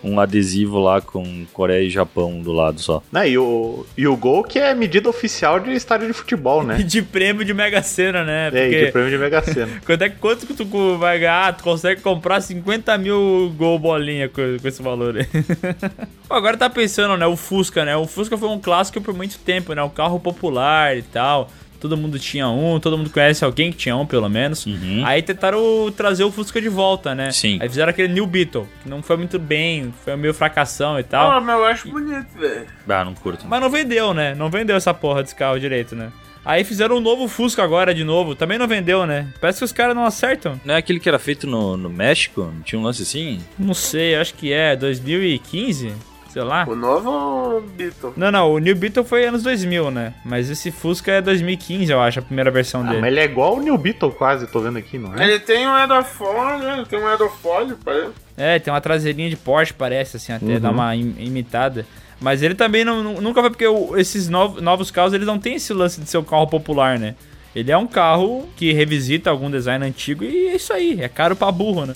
Speaker 5: um adesivo lá com Coreia e Japão do lado só.
Speaker 4: Né, e, o, e o Gol que é medida oficial de estádio de futebol,
Speaker 6: (laughs) E
Speaker 4: né?
Speaker 6: de prêmio de Mega Sena, né?
Speaker 4: É, e de
Speaker 6: Porque
Speaker 4: prêmio de
Speaker 6: (laughs)
Speaker 4: Mega Sena.
Speaker 6: quanto, é, quanto que tu vai ganhar? Ah, Tu consegue comprar 50 mil gol bolinha com, com esse valor aí. (laughs) Pô, Agora tá pensando, né? O Fusca, né? O Fusca foi um clássico por muito tempo, né? Um carro popular e tal. Todo mundo tinha um, todo mundo conhece alguém que tinha um, pelo menos.
Speaker 4: Uhum.
Speaker 6: Aí tentaram trazer o Fusca de volta, né?
Speaker 5: Sim.
Speaker 6: Aí fizeram aquele New Beetle, que não foi muito bem, foi meio fracassão e tal.
Speaker 2: Ah, mas eu acho bonito, velho.
Speaker 5: Ah, não curto.
Speaker 6: Mas não vendeu, né? Não vendeu essa porra desse carro direito, né? Aí fizeram um novo Fusca agora de novo. Também não vendeu, né? Parece que os caras não acertam.
Speaker 5: Não é aquele que era feito no, no México? Não tinha um lance assim?
Speaker 6: Não sei, acho que é 2015. sei lá.
Speaker 2: O novo Beatle.
Speaker 6: Não, não, o New Beetle foi anos 2000, né? Mas esse Fusca é 2015, eu acho, a primeira versão
Speaker 4: Ah,
Speaker 6: dele.
Speaker 4: mas ele é igual o New Beetle quase, tô vendo aqui, não é?
Speaker 2: Ele tem um aerofólio, né? Ele tem um aerofólio, parece.
Speaker 6: É, tem uma traseirinha de Porsche, parece, assim, até dá uma im- imitada. Mas ele também não- nu- nunca foi, porque o- esses novos, novos carros, eles não têm esse lance de ser um carro popular, né? Ele é um carro que revisita algum design antigo e é isso aí, é caro pra burro, né?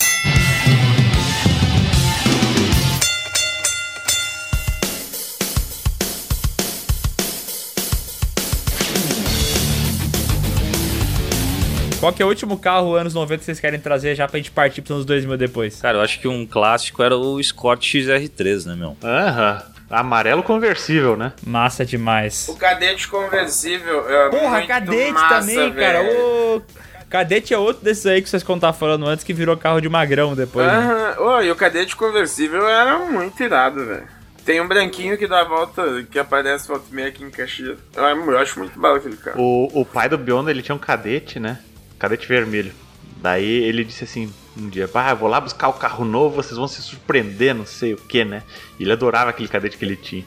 Speaker 6: Qual que é o último carro anos 90 que vocês querem trazer já pra gente partir pros anos 2000 depois?
Speaker 5: Cara, eu acho que um clássico era o Escort XR3, né, meu?
Speaker 4: Aham. Amarelo conversível, né?
Speaker 6: Massa demais.
Speaker 2: O cadete conversível. É
Speaker 6: Porra,
Speaker 2: muito
Speaker 6: cadete
Speaker 2: massa,
Speaker 6: também, cara.
Speaker 2: velho.
Speaker 6: Ô, cadete é outro desses aí que vocês contavam falando antes que virou carro de magrão depois. né?
Speaker 2: Aham. Ô, e o cadete conversível era muito irado, velho. Tem um branquinho que dá a volta, que aparece volta e meia aqui em Caxias. Eu, eu acho muito bala aquele cara.
Speaker 4: O, o pai do Beyond, ele tinha um cadete, né? Cadete vermelho. Daí ele disse assim, um dia, pá, eu vou lá buscar o carro novo, vocês vão se surpreender, não sei o que, né? E ele adorava aquele cadete que ele tinha.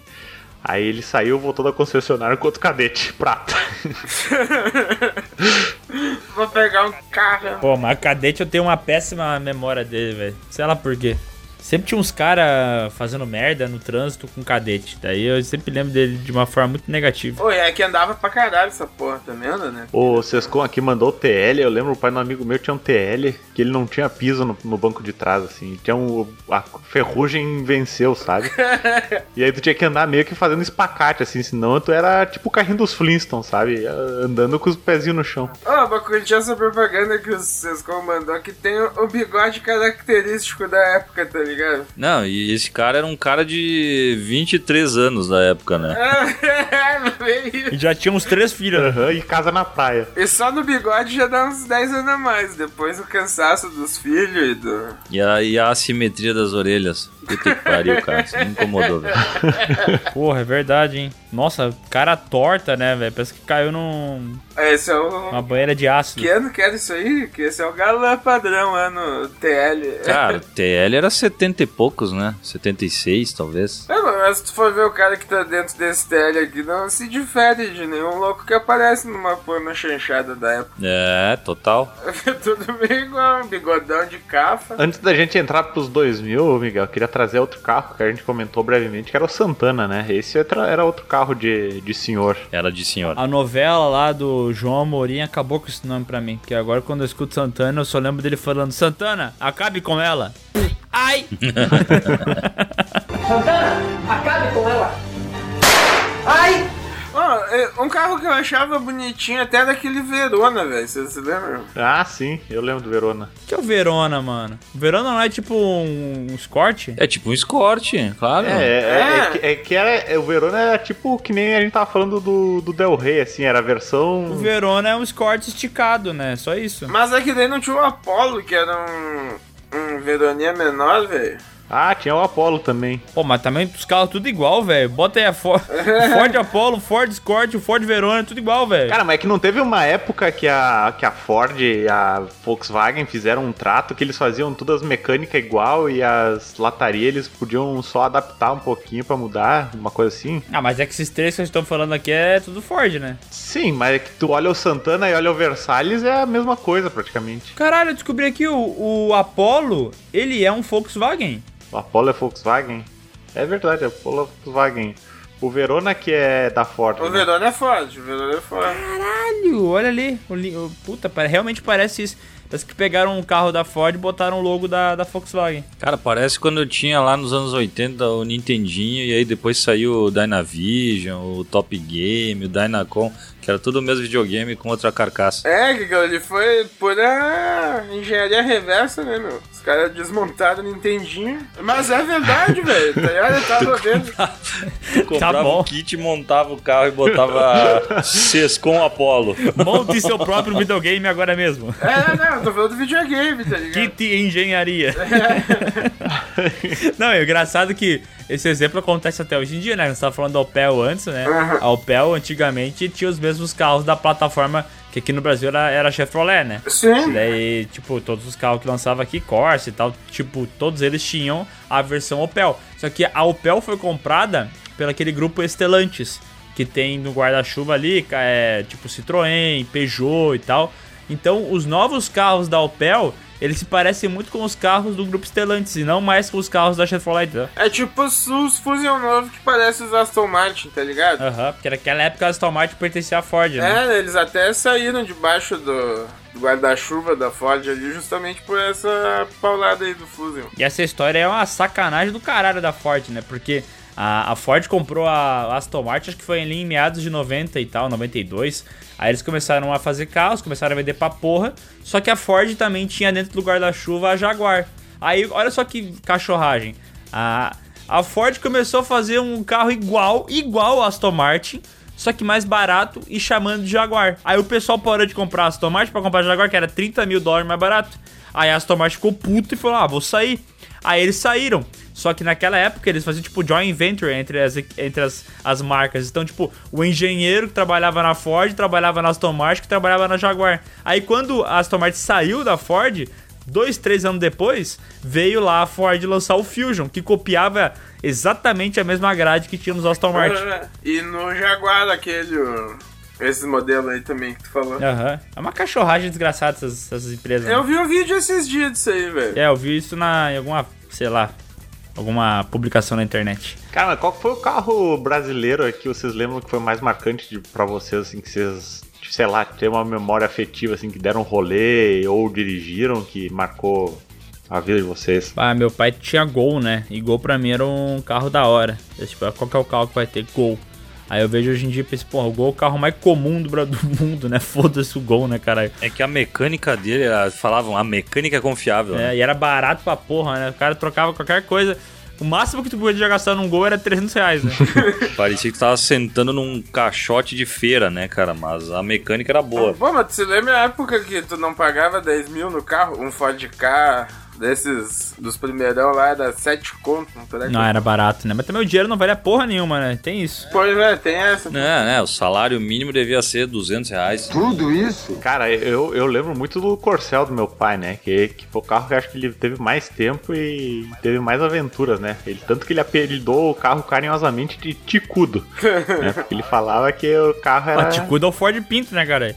Speaker 4: Aí ele saiu, voltou da concessionária com outro cadete, prata.
Speaker 2: Vou pegar um carro.
Speaker 6: Pô, mas cadete eu tenho uma péssima memória dele, velho. Sei lá por quê. Sempre tinha uns caras fazendo merda no trânsito com cadete. Daí eu sempre lembro dele de uma forma muito negativa.
Speaker 2: Ô, e é que andava pra caralho essa porra, tá vendo, né?
Speaker 4: O Sescon aqui mandou o TL, eu lembro o pai de um amigo meu tinha um TL, que ele não tinha piso no, no banco de trás, assim, tinha um. A ferrugem
Speaker 6: (laughs)
Speaker 4: venceu, sabe? e aí tu tinha que andar meio que fazendo espacate, assim, senão tu era tipo o carrinho dos Flintstones, sabe? Andando com os pezinhos no chão.
Speaker 2: Ó, pra curtir essa propaganda que o Sescom mandou, que tem o bigode característico da época, tá ligado? (laughs)
Speaker 5: Não, e esse cara era um cara de 23 anos na época, né?
Speaker 2: É, meio-
Speaker 6: E já tinha uns três filhos, né?
Speaker 4: Aham, e casa na praia.
Speaker 2: E só no bigode já dá uns 10 anos a mais. Depois o cansaço dos filhos e do.
Speaker 5: E a, e a assimetria das orelhas. Puta que pariu, cara. Isso me incomodou, velho.
Speaker 6: Porra, é verdade, hein? Nossa, cara torta, né, velho? Parece que caiu num,
Speaker 2: Esse é o.
Speaker 6: numa banheira de ácido.
Speaker 2: Que ano que era isso aí? Que esse é o galã padrão, ano TL.
Speaker 5: Cara, o TL era 70 e poucos, né? 76, talvez.
Speaker 2: É, mano, mas se tu for ver o cara que tá dentro desse TL aqui, não se difere de nenhum louco que aparece numa porno chanchada da época. (laughs)
Speaker 5: É, total.
Speaker 2: Tudo bem igual, um bigodão de cafa.
Speaker 4: Antes da gente entrar pros 2000, Miguel, eu queria trazer outro carro que a gente comentou brevemente, que era o Santana, né? Esse era era outro carro de, de senhor.
Speaker 5: Era de senhora.
Speaker 6: A novela lá do João Amorim acabou com esse nome pra mim. Porque agora quando eu escuto Santana, eu só lembro dele falando: Santana, acabe com ela. Ai!
Speaker 2: Ó, é, um carro que eu achava bonitinho até era aquele Verona, velho. Vocês se lembram?
Speaker 4: Ah, sim, eu lembro do Verona.
Speaker 6: Que é o Verona, mano. Verona não é tipo um, um Escort?
Speaker 5: É tipo um escorte, claro.
Speaker 4: É, é,
Speaker 2: É.
Speaker 4: é que- é que era, é, o Verona era tipo que nem a gente tava falando do, do Del Rey, assim, era a
Speaker 6: O
Speaker 4: versão.
Speaker 6: Verona é um Escort esticado, né? Só isso.
Speaker 2: Mas aqui daí não tinha o Apollo, que era um. Um Veroninha menor, velho.
Speaker 4: Ah, tinha o Apollo também.
Speaker 6: Pô, mas também os carros tudo igual, velho. Bota aí a Ford, (laughs) Ford Apollo, Ford Escort, o Ford Verona, tudo igual, velho.
Speaker 4: Cara, mas é que não teve uma época que a, que a Ford e a Volkswagen fizeram um trato que eles faziam todas as mecânicas igual e as latarias eles podiam só adaptar um pouquinho pra mudar, uma coisa assim?
Speaker 6: Ah, mas é que esses três que eu estou falando aqui é tudo Ford, né?
Speaker 4: Sim, mas é que tu olha o Santana e olha o Versalhes é a mesma coisa praticamente.
Speaker 6: Caralho, eu descobri aqui o, o Apollo, ele é um Volkswagen.
Speaker 4: O Apollo é Volkswagen? É verdade, o Apollo é Volkswagen. O Verona que é da Ford.
Speaker 2: O
Speaker 4: né?
Speaker 2: Verona é forte, o Verona é forte.
Speaker 6: Caralho, olha ali. O, li- o- puta, pare- realmente parece isso. Parece que pegaram um carro da Ford e botaram o logo da, da Volkswagen.
Speaker 5: Cara, parece quando eu tinha lá nos anos 80 o Nintendinho e aí depois saiu o Dynavision, o Top Game, o Dynacon, que era tudo o mesmo videogame com outra carcaça.
Speaker 2: É, que ele foi pura engenharia reversa, né, meu? Os caras desmontaram o Nintendinho. Mas é verdade, velho. Tá ligado? Eu tava vendo.
Speaker 5: Comprava
Speaker 6: bom.
Speaker 5: o kit, montava o carro e (laughs) botava Sescom Apollo.
Speaker 6: Monte seu próprio videogame agora mesmo.
Speaker 2: É, não, tô falando do videogame, tá ligado?
Speaker 6: Kit Engenharia. (laughs) Não, é engraçado que esse exemplo acontece até hoje em dia, né? Você tava falando da Opel antes, né? A Opel antigamente tinha os mesmos carros da plataforma que aqui no Brasil era, era Chevrolet, né? E
Speaker 2: Sim.
Speaker 6: daí, tipo, todos os carros que lançava aqui, Corsa e tal, tipo, todos eles tinham a versão Opel. Só que a Opel foi comprada pelo aquele grupo Estelantes, que tem no guarda-chuva ali, ca- é, tipo, Citroën, Peugeot e tal. Então, os novos carros da Opel, eles se parecem muito com os carros do grupo Estelantes e não mais com os carros da Chevrolet. entendeu?
Speaker 2: É tipo os os Fusion novo que parece os Aston Martin, tá ligado?
Speaker 6: Aham, porque naquela época a Aston Martin pertencia à Ford, né?
Speaker 2: É, eles até saíram debaixo do, do guarda-chuva da Ford ali justamente por essa paulada aí do Fusion.
Speaker 6: E essa história é uma sacanagem do caralho da Ford, né? Porque a, a Ford comprou a Aston Martin, acho que foi ali em meados de 90 e tal, 92. Aí eles começaram a fazer carros, começaram a vender pra porra. Só que a Ford também tinha dentro do guarda-chuva a Jaguar. Aí, olha só que cachorragem. A, a Ford começou a fazer um carro igual, igual a Aston Martin, só que mais barato e chamando de Jaguar. Aí o pessoal parou de comprar a Aston Martin pra comprar a Jaguar, que era 30 mil dólares mais barato. Aí a Aston Martin ficou puta e falou, ah, vou sair. Aí eles saíram. Só que naquela época eles faziam tipo joint venture entre as, entre as, as marcas. Então, tipo, o engenheiro que trabalhava na Ford, trabalhava na Aston Martin, que trabalhava na Jaguar. Aí quando a Aston Martin saiu da Ford, dois, três anos depois, veio lá a Ford lançar o Fusion, que copiava exatamente a mesma grade que tinha nos Aston Martin.
Speaker 2: E no Jaguar aquele, o- esse modelo aí também que tu falou.
Speaker 6: Aham. É uma cachorragem desgraçada essas, essas empresas. né?
Speaker 2: Eu vi um vídeo esses dias disso aí, velho.
Speaker 6: É, eu vi isso na, em alguma, sei lá, alguma publicação na internet.
Speaker 4: Cara, mas qual que foi o carro brasileiro aqui, vocês lembram que foi mais marcante de, pra vocês, assim, que vocês, sei lá, tem uma memória afetiva, assim, que deram rolê ou dirigiram, que marcou a vida de vocês?
Speaker 6: Ah, meu pai tinha Gol, né? E Gol pra mim era um carro da hora. Eu, tipo, qual que é o carro que vai ter? Gol. Aí eu vejo hoje em dia e penso, porra, o Gol é o carro mais comum do, Bra- (laughs) do mundo, né? Foda-se o Gol, né, caralho?
Speaker 5: É que a mecânica dele, ah, falavam, a mecânica é confiável. né?
Speaker 6: É, e era barato pra porra, né? O cara trocava qualquer coisa. O máximo que tu podia gastar num Gol era 300 (laughs) reais, né?
Speaker 5: Parecia que tava sentando num caixote de feira, né, cara? Mas a mecânica era boa.
Speaker 2: Pô, mas tu se lembra a época que tu não pagava 10 mil no carro? Um Ford K desses, dos primeirão lá, era 7 conto, não tô
Speaker 6: Não, era barato, né? Mas também o dinheiro não valia porra nenhuma, né? Tem isso.
Speaker 2: Pois é, tem essa.
Speaker 5: É, né? O salário mínimo devia ser 200 reais.
Speaker 4: Cara, eu, eu lembro muito do Corcel do meu pai, né? Que, que foi o carro que eu acho que ele teve mais tempo e teve mais aventuras, né? Ele, tanto que ele apelidou o carro carinhosamente de Ticudo. né? Porque ele falava que o carro
Speaker 6: Ah,
Speaker 4: era.
Speaker 6: te cuida o Ford Pinto, né, cara?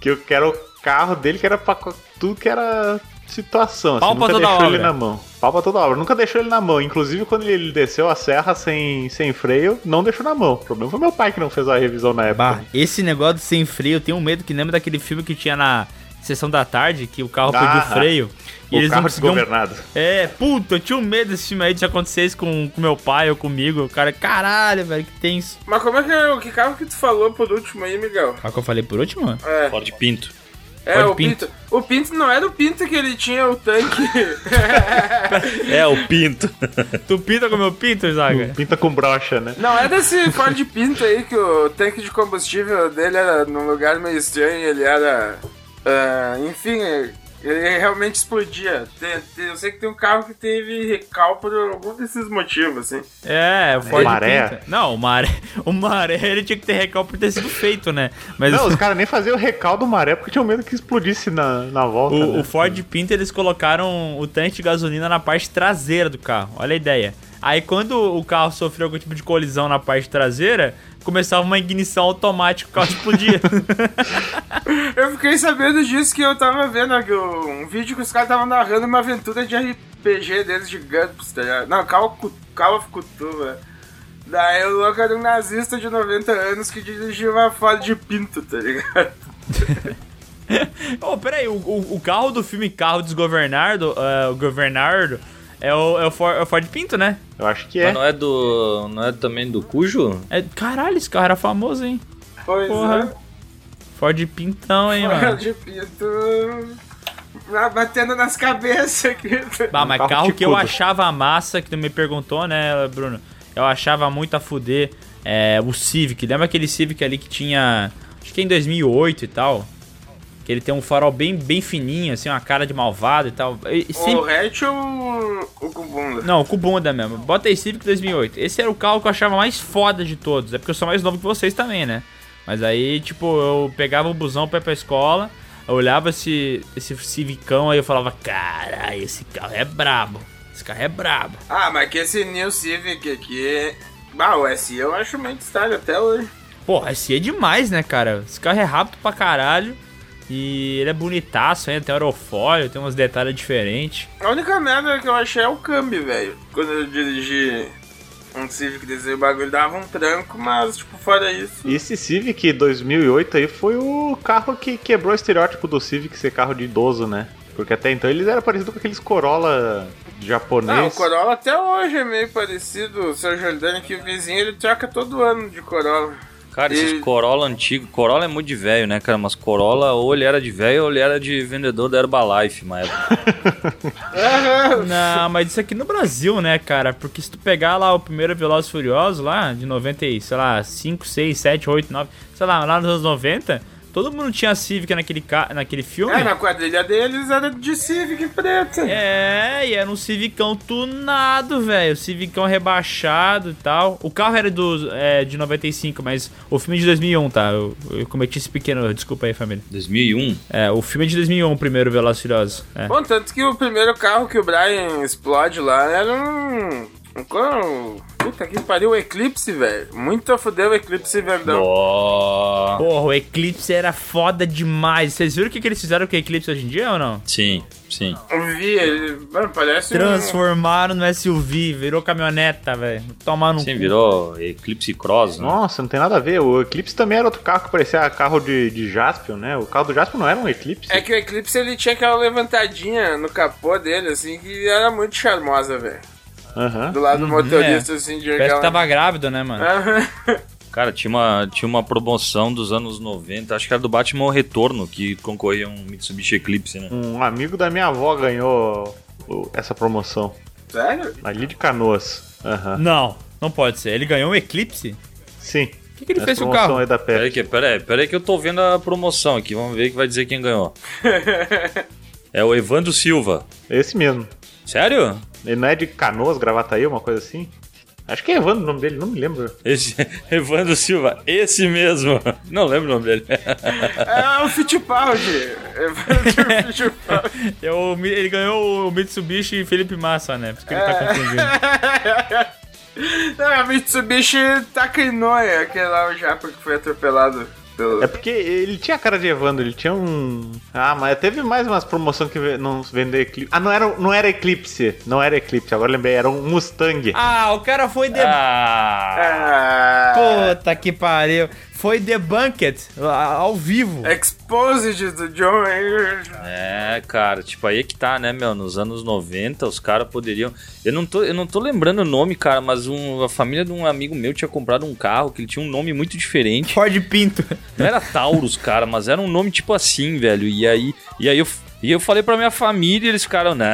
Speaker 4: que eu quero o carro dele que era pra co- tudo que era situação.
Speaker 6: Pau
Speaker 4: assim,
Speaker 6: pra
Speaker 4: nunca
Speaker 6: toda
Speaker 4: deixou
Speaker 6: obra.
Speaker 4: ele na mão. Pau pra toda obra. Nunca deixou ele na mão. Inclusive, quando ele desceu a serra sem, sem freio, não deixou na mão. O problema foi meu pai que não fez a revisão na época.
Speaker 6: Bah, esse negócio de sem freio, eu tenho medo que lembra daquele filme que tinha na sessão da tarde, que o carro pediu
Speaker 4: Ah,
Speaker 6: freio. E
Speaker 4: o
Speaker 6: eles não
Speaker 4: carro
Speaker 6: conseguiam.
Speaker 4: desgovernado.
Speaker 6: É, puta, eu tinha um medo desse filme aí de acontecer isso com, com meu pai ou comigo. O cara, caralho, velho, que tenso.
Speaker 2: Mas como é que é o que carro que tu falou por último aí, Miguel?
Speaker 6: Qual que eu falei por último?
Speaker 2: É,
Speaker 5: Ford Pinto.
Speaker 2: é
Speaker 6: Ford
Speaker 2: o Pinto. O Pinto não era o Pinto que ele tinha o (laughs) tanque.
Speaker 5: É, o Pinto.
Speaker 6: Tu pinta com meu pinto, Zaga?
Speaker 4: Pinta com brocha, né?
Speaker 2: não era esse Ford Pinto aí que o tanque de combustível dele era num lugar meio estranho, ele era. ah, enfim, ele realmente explodia. Tem- tem- eu sei que tem um carro que teve recal por algum desses motivos, assim.
Speaker 6: É, o Ford
Speaker 4: Maré.
Speaker 6: Pinto. Não, o Maré, (laughs) o Maré, ele tinha que ter recalque por ter sido feito, né? Mas
Speaker 4: Não, os caras nem faziam o recaldo maré porque tinham medo que explodisse na, na volta.
Speaker 6: O,
Speaker 4: né?
Speaker 6: o Ford Pinto, eles colocaram o tanque de gasolina na parte traseira do carro. Olha a ideia. Aí quando o carro sofreu algum tipo de colisão na parte traseira, começava uma ignição automática, o carro (laughs) explodia.
Speaker 2: Eu fiquei sabendo disso que eu tava vendo aqui, um vídeo que os caras estavam narrando uma aventura de RPG deles de Gumps, tá ligado? Não, Call of Cthulhu- Call of Cthulhu, velho. Daí o louco era um nazista de 90 anos que dirigia uma foto de pinto, tá ligado? (laughs)
Speaker 6: Ô, peraí, o, o- o carro do filme Carro Desgovernado, é, o Governardo, é o, é o For- é o Ford, Pinto, né?
Speaker 4: Eu acho que
Speaker 5: Mas (laughs)
Speaker 4: é.
Speaker 5: não é do. Não é também do Cujo?
Speaker 6: É- caralho, esse carro era famoso, hein?
Speaker 2: Pois
Speaker 6: Porra, Ford Pintão, hein,
Speaker 2: é, foto (laughs)
Speaker 6: mano?
Speaker 2: de pinto. lá Batendo nas cabeças aqui. tá
Speaker 4: (laughs)
Speaker 6: Bah, mas
Speaker 4: Um carro
Speaker 6: carro,
Speaker 4: de
Speaker 6: que eu
Speaker 4: cubo.
Speaker 6: achava massa, que tu me perguntou, né, Bruno? Eu achava muito a fuder é, o Civic. Lembra aquele Civic ali que tinha. Acho que em 2008 e tal. Ele tem um farol bem, bem fininho, assim, uma cara de malvado e tal. E- e
Speaker 2: O
Speaker 6: sempre-
Speaker 2: hatch é um, ou o Kubunda?
Speaker 6: Não, com bunda mesmo. Bota aí Civic 2008. Esse era o carro que eu achava mais foda de todos. É porque eu sou mais novo que vocês também, né? Mas aí, tipo, eu pegava o busão pra ir pra escola, eu olhava esse, esse Civicão aí eu falava, caralho, esse carro é brabo. Esse carro é brabo.
Speaker 2: Ah, mas que esse New Civic aqui. Bah, o SI eu acho mainstream até hoje.
Speaker 6: Porra, esse é demais, né, cara? Esse carro é rápido pra caralho. E ele é bonitaço ainda, tem aerofólio, tem uns detalhes diferentes.
Speaker 2: A única merda que eu achei é o câmbio, velho. Quando eu dirigi um Civic desse bagulho, dava um tranco, mas, tipo, fora isso.
Speaker 4: E esse Civic 2008 aí foi o carro que quebrou o estereótipo do Civic ser carro de idoso, né? Porque até então eles eram parecidos com aqueles Corolla
Speaker 1: É
Speaker 4: japonês.
Speaker 2: Ah, o Corolla até hoje é meio parecido. O seu Jordano que o vizinho, ele troca todo ano de Corolla.
Speaker 5: Cara, esses
Speaker 2: E-
Speaker 5: Corolla antigo, Corolla é muito de velho, né, cara? Mas Corolla ou ele era de velho ou ele era de vendedor da Herbalife, mas é
Speaker 6: Não, mas isso aqui no Brasil, né, cara? Porque se tu pegar lá o primeiro Velozes e Furiosos lá, de 90 e, sei lá, 5, 6, 7, 8, 9, sei lá, lá nos anos 90, todo mundo tinha Civic naquele, ca... naquele filme.
Speaker 2: É, na quadrilha deles era de Civic preta.
Speaker 6: É, e era um Civicão tunado, velho. Civicão rebaixado e tal. O carro era do, é, de 95, mas o filme é de 2001, tá? Eu, eu cometi esse pequeno, erro, desculpa aí, família.
Speaker 5: 2001.
Speaker 6: É, o filme é de 2001, o primeiro Velozes e Furiosos. É.
Speaker 2: Bom, tanto que o primeiro carro que o Brian explode lá era um. um carro- Puta que pariu, o Eclipse, velho. Muito a fuder o Eclipse Verdão.
Speaker 5: Ó.
Speaker 6: Porra, o Eclipse era foda demais. Vocês viram o que, que eles fizeram com o Eclipse hoje em dia ou não?
Speaker 5: Sim, sim.
Speaker 2: Eu vi, ele. Mano, parece um.
Speaker 6: Transformaram no SUV, virou caminhoneta, velho. Tomar no
Speaker 5: Sim,
Speaker 6: cu.
Speaker 5: virou Eclipse Cross, né?
Speaker 4: Nossa, não tem nada a ver. O Eclipse também era outro carro que parecia carro de, de Jaspion, né? O carro do Jaspion não era um Eclipse.
Speaker 2: É que o Eclipse ele tinha aquela levantadinha no capô dele, assim, que era muito charmosa, velho.
Speaker 4: Aham.
Speaker 2: Do lado do motorista, assim, de
Speaker 6: Parece
Speaker 2: aquela.
Speaker 6: que tava grávido, né, mano?
Speaker 4: É.
Speaker 2: Aham.
Speaker 5: Cara, tinha uma, tinha uma promoção dos anos 90, acho que era do Batman Retorno, que concorria um Mitsubishi Eclipse, né?
Speaker 4: Um amigo da minha avó ganhou o- essa promoção.
Speaker 2: (laughs) Sério?
Speaker 4: Ali de Canoas. Aham.
Speaker 6: Não, não pode ser. Ele ganhou um Eclipse?
Speaker 4: Sim.
Speaker 6: O que, que ele
Speaker 4: Essa
Speaker 6: fez com o
Speaker 4: promoção
Speaker 6: carro?
Speaker 4: Aí da Pepsi.
Speaker 5: Pera aí, que- pera aí, pera aí que eu tô vendo a promoção aqui, vamos ver que vai dizer quem ganhou. É o Evandro Silva.
Speaker 4: Esse mesmo.
Speaker 5: Sério?
Speaker 4: Ele não é de Canoas, Gravataí, uma coisa assim? Acho que é Evandro o nome dele, não me lembro.
Speaker 5: Esse, (laughs) Evandro Silva, esse mesmo. Não lembro o nome dele.
Speaker 2: É o Fittipaldi. É o Fittipaldi.
Speaker 6: É o Mi- ele ganhou o Mitsubishi e Felipe Massa, né? Por isso que ele
Speaker 4: É.
Speaker 6: tá
Speaker 4: (laughs)
Speaker 6: confundindo.
Speaker 2: Não, é o Mitsubishi Takinoya, aquele lá o japa que foi atropelado pelo.
Speaker 4: É porque ele tinha a cara de Evandro, ele tinha um. Ah, mas teve mais umas promoções que ve- não vendeu Eclipse. Ah, não era, não era Eclipse. Não era Eclipse, agora lembrei, era um Mustang.
Speaker 6: ah, o cara foi de...
Speaker 5: Ah,
Speaker 2: Ah,
Speaker 4: é.
Speaker 6: Puta que pariu. Foi The Bunket, a- ao vivo.
Speaker 4: É.
Speaker 2: Exposed do John Mayer.
Speaker 5: é, cara, tipo, aí que tá, né, meu? Nos anos 90, os caras poderiam. Eu não, tô, eu não tô lembrando o nome, cara, mas um- a família de um amigo meu tinha comprado um carro que ele tinha um nome muito diferente.
Speaker 6: (laughs) Ford Pinto.
Speaker 5: Não era Taurus, cara, mas era um nome tipo assim, velho. E aí, e aí eu, e eu falei pra minha família e eles ficaram, não,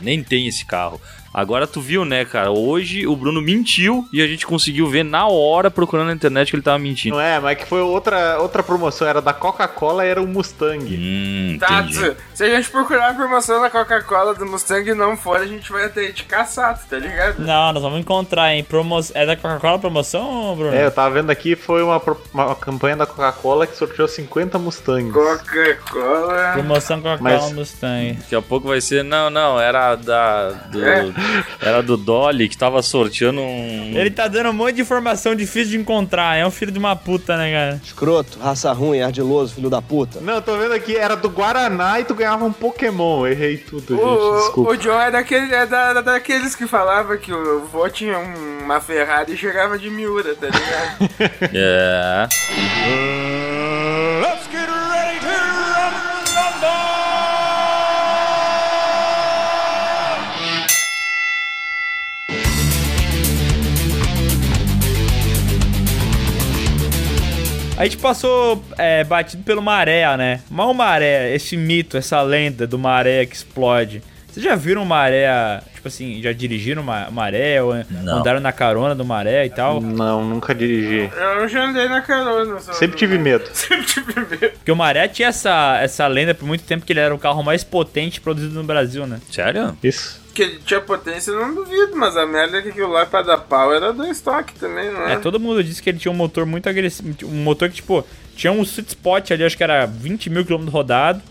Speaker 5: nem tem esse carro. Agora tu viu, né, cara? Hoje o Bruno mentiu e a gente conseguiu ver na hora, procurando na internet, que ele tava mentindo.
Speaker 4: Não é, mas que foi outra, outra promoção, era da Coca-Cola, era um Mustang.
Speaker 5: Hum,
Speaker 2: Tá,
Speaker 5: entendi.
Speaker 2: se a gente procurar a promoção da Coca-Cola do Mustang e não for, a gente vai ter de caçado, tá ligado?
Speaker 6: Não, nós vamos encontrar, hein? Promo... É da Coca-Cola promoção, Bruno?
Speaker 4: É, eu tava vendo aqui, foi uma, pro- uma campanha da Coca-Cola que sorteou 50 Mustangs.
Speaker 2: Coca-Cola.
Speaker 6: Promoção Coca-Cola
Speaker 4: Mas-
Speaker 6: Mustang.
Speaker 5: Daqui a pouco vai ser, não, não, era da. Do, era do Dolly que tava sorteando um.
Speaker 6: Ele tá dando um monte de informação difícil de encontrar. É um filho de uma puta, né, cara?
Speaker 9: Escroto, raça ruim, ardiloso, filho da puta.
Speaker 4: Não, eu tô vendo aqui, era do Guaraná e tu ganhava um Pokémon. Errei tudo, gente,
Speaker 2: O,
Speaker 4: desculpa.
Speaker 2: o John é, daquele, é da, da- daqueles que falava que o vô tinha um- uma Ferrari e chegava de miúda, tá ligado?
Speaker 5: É.
Speaker 6: A gente passou é, batido pelo maré, né? Mal maré, esse mito, essa lenda do maré que explode. Vocês já viram maré, tipo assim, já dirigiram uma maré, ou
Speaker 5: Não.
Speaker 6: andaram na carona do maré e tal?
Speaker 4: Não, nunca dirigi.
Speaker 2: Eu já andei na carona. Só
Speaker 4: (laughs) Sempre tive medo.
Speaker 2: Sempre tive medo.
Speaker 6: Porque o maré tinha essa, essa lenda por muito tempo que ele era o carro mais potente produzido no Brasil, né?
Speaker 5: Sério?
Speaker 4: Isso.
Speaker 2: Que ele tinha potência, eu não duvido, mas a merda é que aquilo lá pra dar pau era dois toques também, não é?
Speaker 6: É, todo mundo disse que ele tinha um motor muito agressivo. Um motor que, tipo, tinha um sweet spot ali, acho que era 20 mil quilômetros rodado.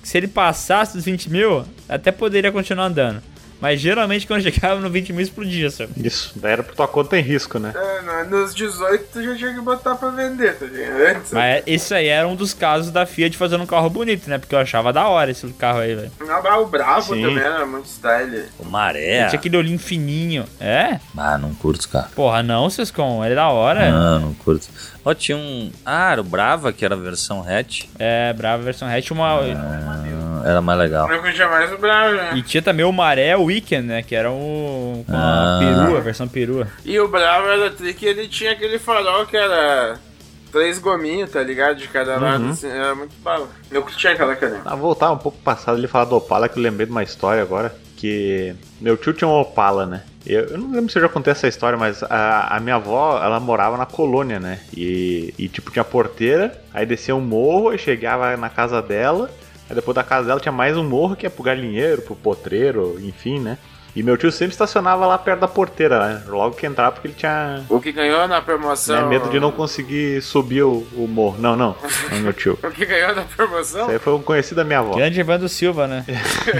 Speaker 6: Que se ele passasse dos 20 mil, até poderia continuar andando. Mas geralmente quando (laughs) chegava no 20 mil explodia, sabe?
Speaker 4: Isso. Daí era por tua conta em risco, né?
Speaker 2: É, não, nos 18 tu já tinha que botar pra vender, tá ligado?
Speaker 6: Mas esse aí era um dos casos da Fiat fazendo um carro bonito, né? Porque eu achava da hora esse carro aí, velho.
Speaker 2: Não, mas o Bravo
Speaker 4: Sim.
Speaker 2: também era muito style.
Speaker 5: O maré.
Speaker 6: Tinha aquele olhinho fininho. É?
Speaker 5: Ah, não curto, cara.
Speaker 6: Porra, não, Sescon. Ele é da hora.
Speaker 5: Ah, não curto. Ó, tinha um. Ah, era o Brava, que era a versão hatch.
Speaker 6: É, brava versão hatch. Uma...
Speaker 5: Ah, era mais legal.
Speaker 2: Não curtia mais o Bravo, né?
Speaker 6: E tinha também o Maré Weekend, né? Que era o. Com a
Speaker 5: Ah.
Speaker 6: perua, a versão perua.
Speaker 2: E o Bravo era tri que ele tinha aquele farol que era três gominhos, tá ligado? De
Speaker 4: Uhum.
Speaker 2: cada lado, assim, era muito bala. Eu curtia aquela cadena.
Speaker 4: Ah, voltar um pouco passado ele falar do Opala, que eu lembrei de uma história agora. Que meu tio tinha um Opala, né? Eu, eu não lembro se eu já contei essa história, mas a, a minha avó, ela morava na colônia, né? E, e tipo, tinha porteira, aí descia um morro e chegava na casa dela. Aí depois da casa dela tinha mais um morro que é pro galinheiro, pro potreiro, enfim, né? E meu tio sempre estacionava lá perto da porteira, né? Logo que entrava, porque ele tinha
Speaker 2: O que ganhou na
Speaker 4: né,
Speaker 2: promoção.
Speaker 4: medo de não conseguir subir o, o morro. Não, não, não, meu tio.
Speaker 2: (laughs) O que ganhou na promoção?
Speaker 4: Isso aí foi um conhecido da minha (laughs) avó.
Speaker 6: Grande Evandro Silva, né?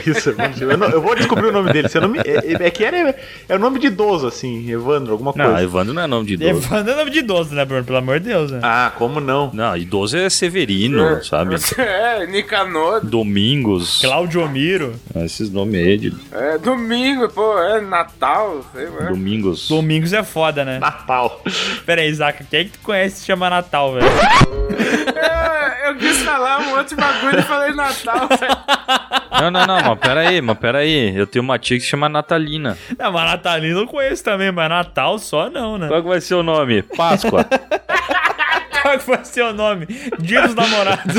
Speaker 4: Isso, Evandro Silva. Eu, não- eu vou descobrir o nome dele. Seu nome, é, é que era, é o nome de idoso, assim, Evandro, alguma coisa.
Speaker 5: Não, Evandro não é nome de idoso.
Speaker 6: Evandro é nome de idoso, né, Bruno? Pelo amor de Deus, né?
Speaker 4: Ah, como não?
Speaker 5: Não, idoso é Severino, sabe?
Speaker 2: (laughs) É, Nicanor,
Speaker 5: Domingos. Ah,
Speaker 6: Claudio Miro.
Speaker 5: Esses nomes aí de
Speaker 2: é domingo, pô, é Natal, sei lá.
Speaker 5: Domingos.
Speaker 6: Domingos é foda, né?
Speaker 4: Natal.
Speaker 6: Pera aí, Zaca, quem é que tu conhece que se chama Natal, velho?
Speaker 2: É, eu quis falar um outro bagulho e falei Natal, (laughs) velho.
Speaker 5: Não, não, não, mas peraí, mas peraí. Eu tenho uma tia que se chama Natalina.
Speaker 6: Não, mas Natalino eu conheço também, mas Natal só não, né?
Speaker 5: Qual que vai ser o nome? Páscoa.
Speaker 6: Qual que vai ser o nome? Dia dos Namorados.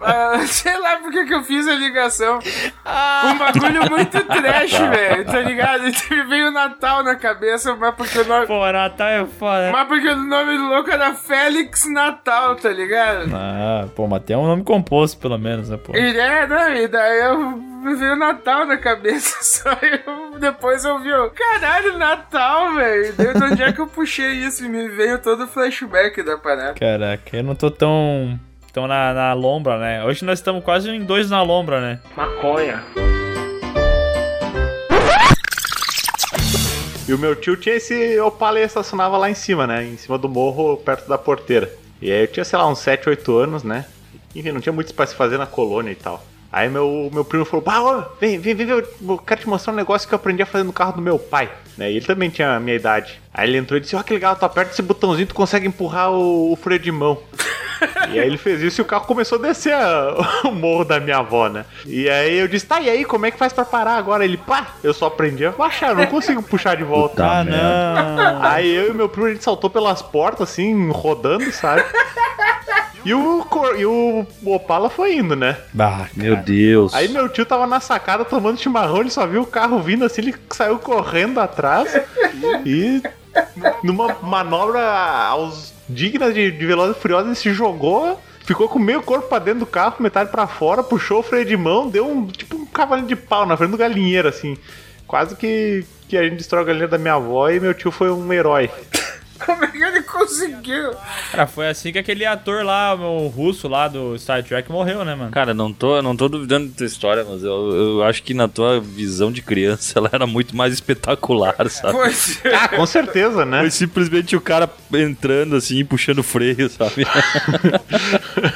Speaker 2: Ah, sei lá por que que eu fiz a ligação.
Speaker 4: Ah.
Speaker 2: Um bagulho muito trash, velho, tá ligado? (laughs) Me veio Natal na cabeça, mas porque o nome...
Speaker 6: Pô, Natal é foda.
Speaker 2: Mas porque o nome do louco era é Félix Natal, tá ligado?
Speaker 6: Ah, pô, mas tem um nome composto, pelo menos, né, pô?
Speaker 2: E é, não, e daí eu me veio Natal na cabeça, (laughs) só eu depois eu vi, eu, caralho, Natal, velho. De onde é que eu puxei isso? E me veio todo o flashback da parada. (laughs)
Speaker 6: Caraca, eu não tô tão. tão na, na lombra, né? Hoje nós estamos quase em dois na lombra, né?
Speaker 4: E o meu tio tinha esse Opala e estacionava lá em cima, né? Em cima do morro, perto da porteira. E aí eu tinha, sei lá, uns 7, 8 anos, né? Enfim, não tinha muito pra se fazer na colônia e tal. Aí meu, meu primo falou, bah, ô, vem, vem, vem, eu eu quero te mostrar um negócio que eu aprendi a fazer no carro do meu pai. Né? E ele também tinha a minha idade. Aí ele entrou e disse, ó, que legal, tu aperta esse botãozinho, tu consegue empurrar o, o freio de mão. E aí ele fez isso e o carro começou a descer a- (laughs) o morro da minha avó, né? E aí eu disse, tá, e aí, como é que faz pra parar agora? Ele, pá, eu só aprendi a baixar, eu não consigo puxar de volta.
Speaker 5: Puta
Speaker 6: ah, não.
Speaker 4: Aí eu e meu primo, a gente saltou pelas portas, assim, rodando, sabe? E o, cor- e o Opala foi indo, né?
Speaker 6: (laughs) Bah,
Speaker 5: Meu Deus.
Speaker 4: Aí meu tio tava na sacada tomando chimarrão, ele só viu o carro vindo assim, ele saiu correndo atrás (laughs) e numa manobra aos dignas de, de Velozes e Furiosos, ele se jogou, ficou com meio corpo pra dentro do carro, metade pra fora, puxou o freio de mão, deu um tipo um cavalinho de pau na frente do galinheiro, assim. Quase que, que a gente destrói o galinheiro da minha avó e meu tio foi um herói. (laughs)
Speaker 2: Como é que ele conseguiu?
Speaker 6: Cara, foi assim que aquele ator lá, o russo lá do Star Trek morreu, né, mano?
Speaker 5: Cara, não tô, não tô duvidando da tua história, mas eu, eu acho que na tua visão de criança (laughs) ela era muito mais espetacular, sabe?
Speaker 2: Pois é.
Speaker 4: Ah, com certeza, né?
Speaker 5: Foi simplesmente o cara entrando assim, puxando o freio, sabe?
Speaker 6: (laughs)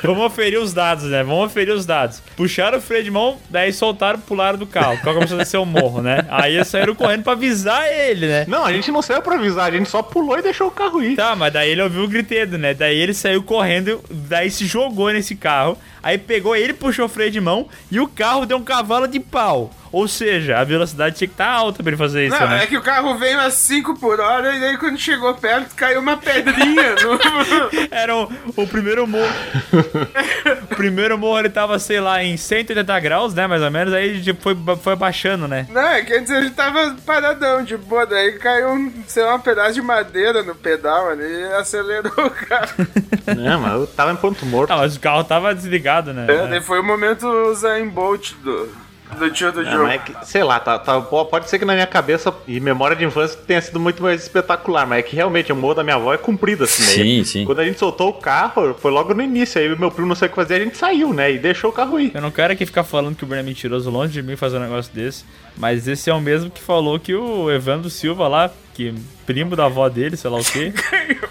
Speaker 6: Vamos aferir os dados, né? Vamos aferir os dados. Puxaram o freio de mão, daí soltaram, pularam do carro. O carro começou a descer o morro, né? Aí eles saíram correndo pra avisar ele, né?
Speaker 4: Não, a gente não saiu pra avisar, a gente só pulou e deixou o carro ir.
Speaker 6: Tá, mas daí ele ouviu o gritedo, né? Daí ele saiu correndo, daí se jogou nesse carro. Aí pegou ele, puxou o freio de mão e o carro deu um cavalo de pau. Ou seja, a velocidade tinha que estar alta pra ele fazer isso,
Speaker 2: Não,
Speaker 6: né?
Speaker 2: é que o carro veio a 5 por hora e aí quando chegou perto caiu uma pedrinha. no-
Speaker 6: (laughs) Era o, o
Speaker 2: (laughs)
Speaker 6: primeiro morro. o primeiro morro ele tava, sei lá, em 180 graus, né? Mais ou menos. Aí ele tipo, foi, foi abaixando, né?
Speaker 2: Não, é, quer dizer, ele tava paradão de boa, daí caiu um, sei lá, um pedaço de madeira no pedal ali e acelerou (laughs) o carro.
Speaker 4: Não, mas eu tava em ponto morto.
Speaker 6: Ah, mas o carro tava desligado, né?
Speaker 2: É, daí foi o momento Zayn Bolt do, do tio do
Speaker 4: Não,
Speaker 2: jogo.
Speaker 4: mas é que, sei lá, tá, tá- pô, pode ser que na minha cabeça e memória de infância tenha sido muito mais espetacular, mas é que realmente o morro da minha avó é comprido assim, né?
Speaker 5: (laughs) Sim, sim.
Speaker 4: Quando a gente soltou o carro, foi logo no início, aí meu primo não sei o que fazer, a gente saiu, né? E deixou o carro ir.
Speaker 6: Eu não quero aqui ficar falando que o Bruno é mentiroso longe de mim fazer um negócio desse, mas esse é o mesmo que falou que o Evandro Silva lá, que primo da avó dele, sei lá o quê,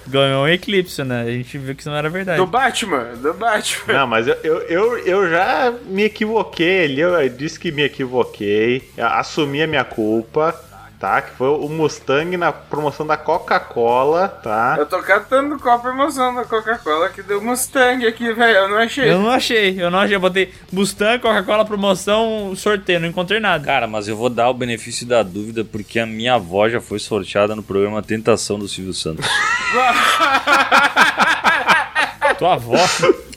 Speaker 6: ganhou um eclipse, né? A gente viu que isso não era verdade.
Speaker 2: Do Batman, do Batman.
Speaker 4: Não, mas eu, eu, eu, eu já me equivoquei ali, eu disse que me equivoquei, eu assumi a minha culpa, tá? Que foi o Mustang na promoção da Coca-Cola, tá?
Speaker 2: Eu tô catando o copo emoção da Coca-Cola que deu Mustang aqui, velho. Eu não achei.
Speaker 6: Eu não achei, eu não achei. Eu botei Mustang, Coca-Cola, promoção, sorteio, não encontrei nada.
Speaker 5: Cara, mas eu vou dar o benefício da dúvida porque a minha avó já foi sorteada no programa Tentação do Silvio (laughs) Santos.
Speaker 6: Tua avó.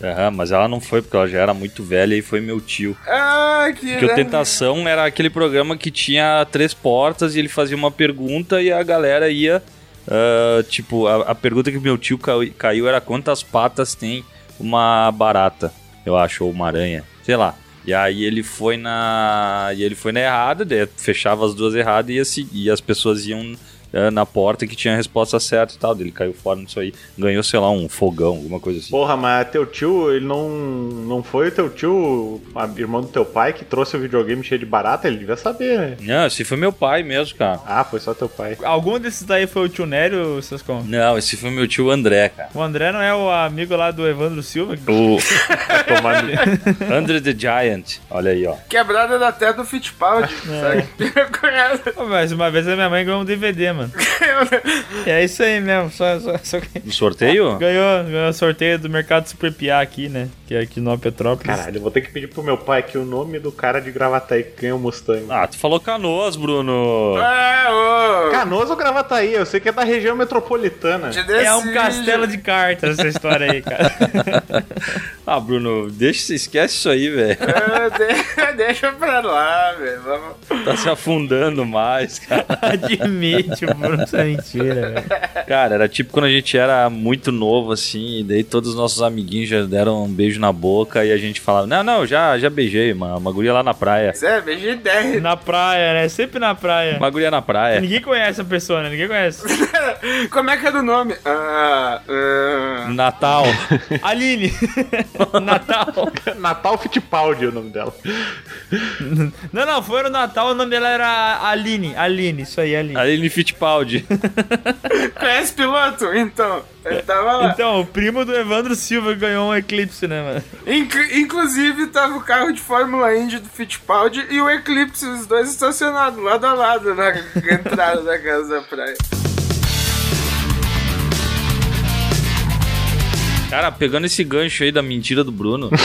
Speaker 5: Aham, mas ela não foi porque ela já era muito velha e foi meu tio.
Speaker 2: Ah, que.
Speaker 5: Porque o
Speaker 2: né?
Speaker 5: Tentação era aquele programa que tinha três portas e ele fazia uma pergunta e a galera ia. ah, tipo, a, a pergunta que meu tio cai- caiu era quantas patas tem uma barata, eu acho, ou uma aranha, sei lá. E aí ele foi na. E ele foi na errada, daí fechava as duas erradas e, ia seguir, e as pessoas iam ah, na porta que tinha a resposta certa e tal. Daí Ele caiu fora nisso aí, ganhou, sei lá, um fogão, alguma coisa assim.
Speaker 4: Porra, mas é teu tio, ele não. Não foi teu tio, a- irmão do teu pai, que trouxe o videogame cheio de barata? Ele devia saber, né?
Speaker 5: Não, esse foi meu pai mesmo, cara.
Speaker 4: Ah, foi só teu pai.
Speaker 6: Algum desses daí foi o tio Nélio, seus com?
Speaker 5: Não, esse foi meu tio André, cara.
Speaker 6: O André não é o amigo lá do Evandro Silva?
Speaker 5: O
Speaker 4: Tomar no-
Speaker 5: Andre the Giant. Olha aí, ó.
Speaker 2: Quebrada da terra do Fittipaldi, sabe? (laughs) Conhece?
Speaker 6: Pô, Mas uma vez a minha mãe ganhou um DVD, mano. E é isso aí mesmo, só, só, só que-
Speaker 5: No sorteio?
Speaker 6: Ganhou, ganhou o sorteio do Mercado Super Piá aqui, né? Que é aqui no Petrópolis.
Speaker 4: Caralho, eu vou ter que pedir pro meu pai aqui o nome do cara de Gravataí que ganhou o Mustang.
Speaker 5: Ah, tu falou canoas, Bruno.
Speaker 2: É, ô.
Speaker 4: Canoas ou Gravataí? Eu sei que é da região metropolitana.
Speaker 2: Te
Speaker 6: É um
Speaker 2: decide.
Speaker 6: castelo
Speaker 2: (laughs)
Speaker 6: de cartas essa história aí, (laughs) cara.
Speaker 5: Ah, Bruno, deixa, esquece isso aí, velho. (laughs)
Speaker 2: É, de- Deixa pra lá, velho. Vamos-
Speaker 5: Tá se afundando mais, cara.
Speaker 6: Admite, Bruno, isso é mentira, velho.
Speaker 5: Cara, era tipo quando a gente era muito novo, assim, e daí todos os nossos amiguinhos já deram um beijo na boca e a gente falava, não, não, já, já beijei, mano. Uma guria lá na praia.
Speaker 2: Zé, beijei 10.
Speaker 6: Na praia, né? Sempre na praia.
Speaker 5: Uma guria na praia.
Speaker 6: Ninguém conhece a pessoa, né? Ninguém conhece.
Speaker 2: Como é que era o nome? Ah, ah,
Speaker 5: Natal.
Speaker 6: Aline! (laughs) Natal!
Speaker 4: Natal Fittipaldi é o nome dela.
Speaker 6: Não, não, foi no Natal, o nome dela era Aline. Aline, isso aí, Aline.
Speaker 5: Aline Fittipaldi.
Speaker 2: Conhece piloto? Então, ele tava lá.
Speaker 6: Então, o primo do Evandro Silva ganhou um eclipse, né, mano?
Speaker 2: Inc- inclusive, tava o carro de Fórmula Indy do Fittipaldi e o Eclipse, os dois estacionados lado a lado na (laughs) entrada da casa da praia.
Speaker 5: Cara, pegando esse gancho aí da mentira do Bruno. (laughs)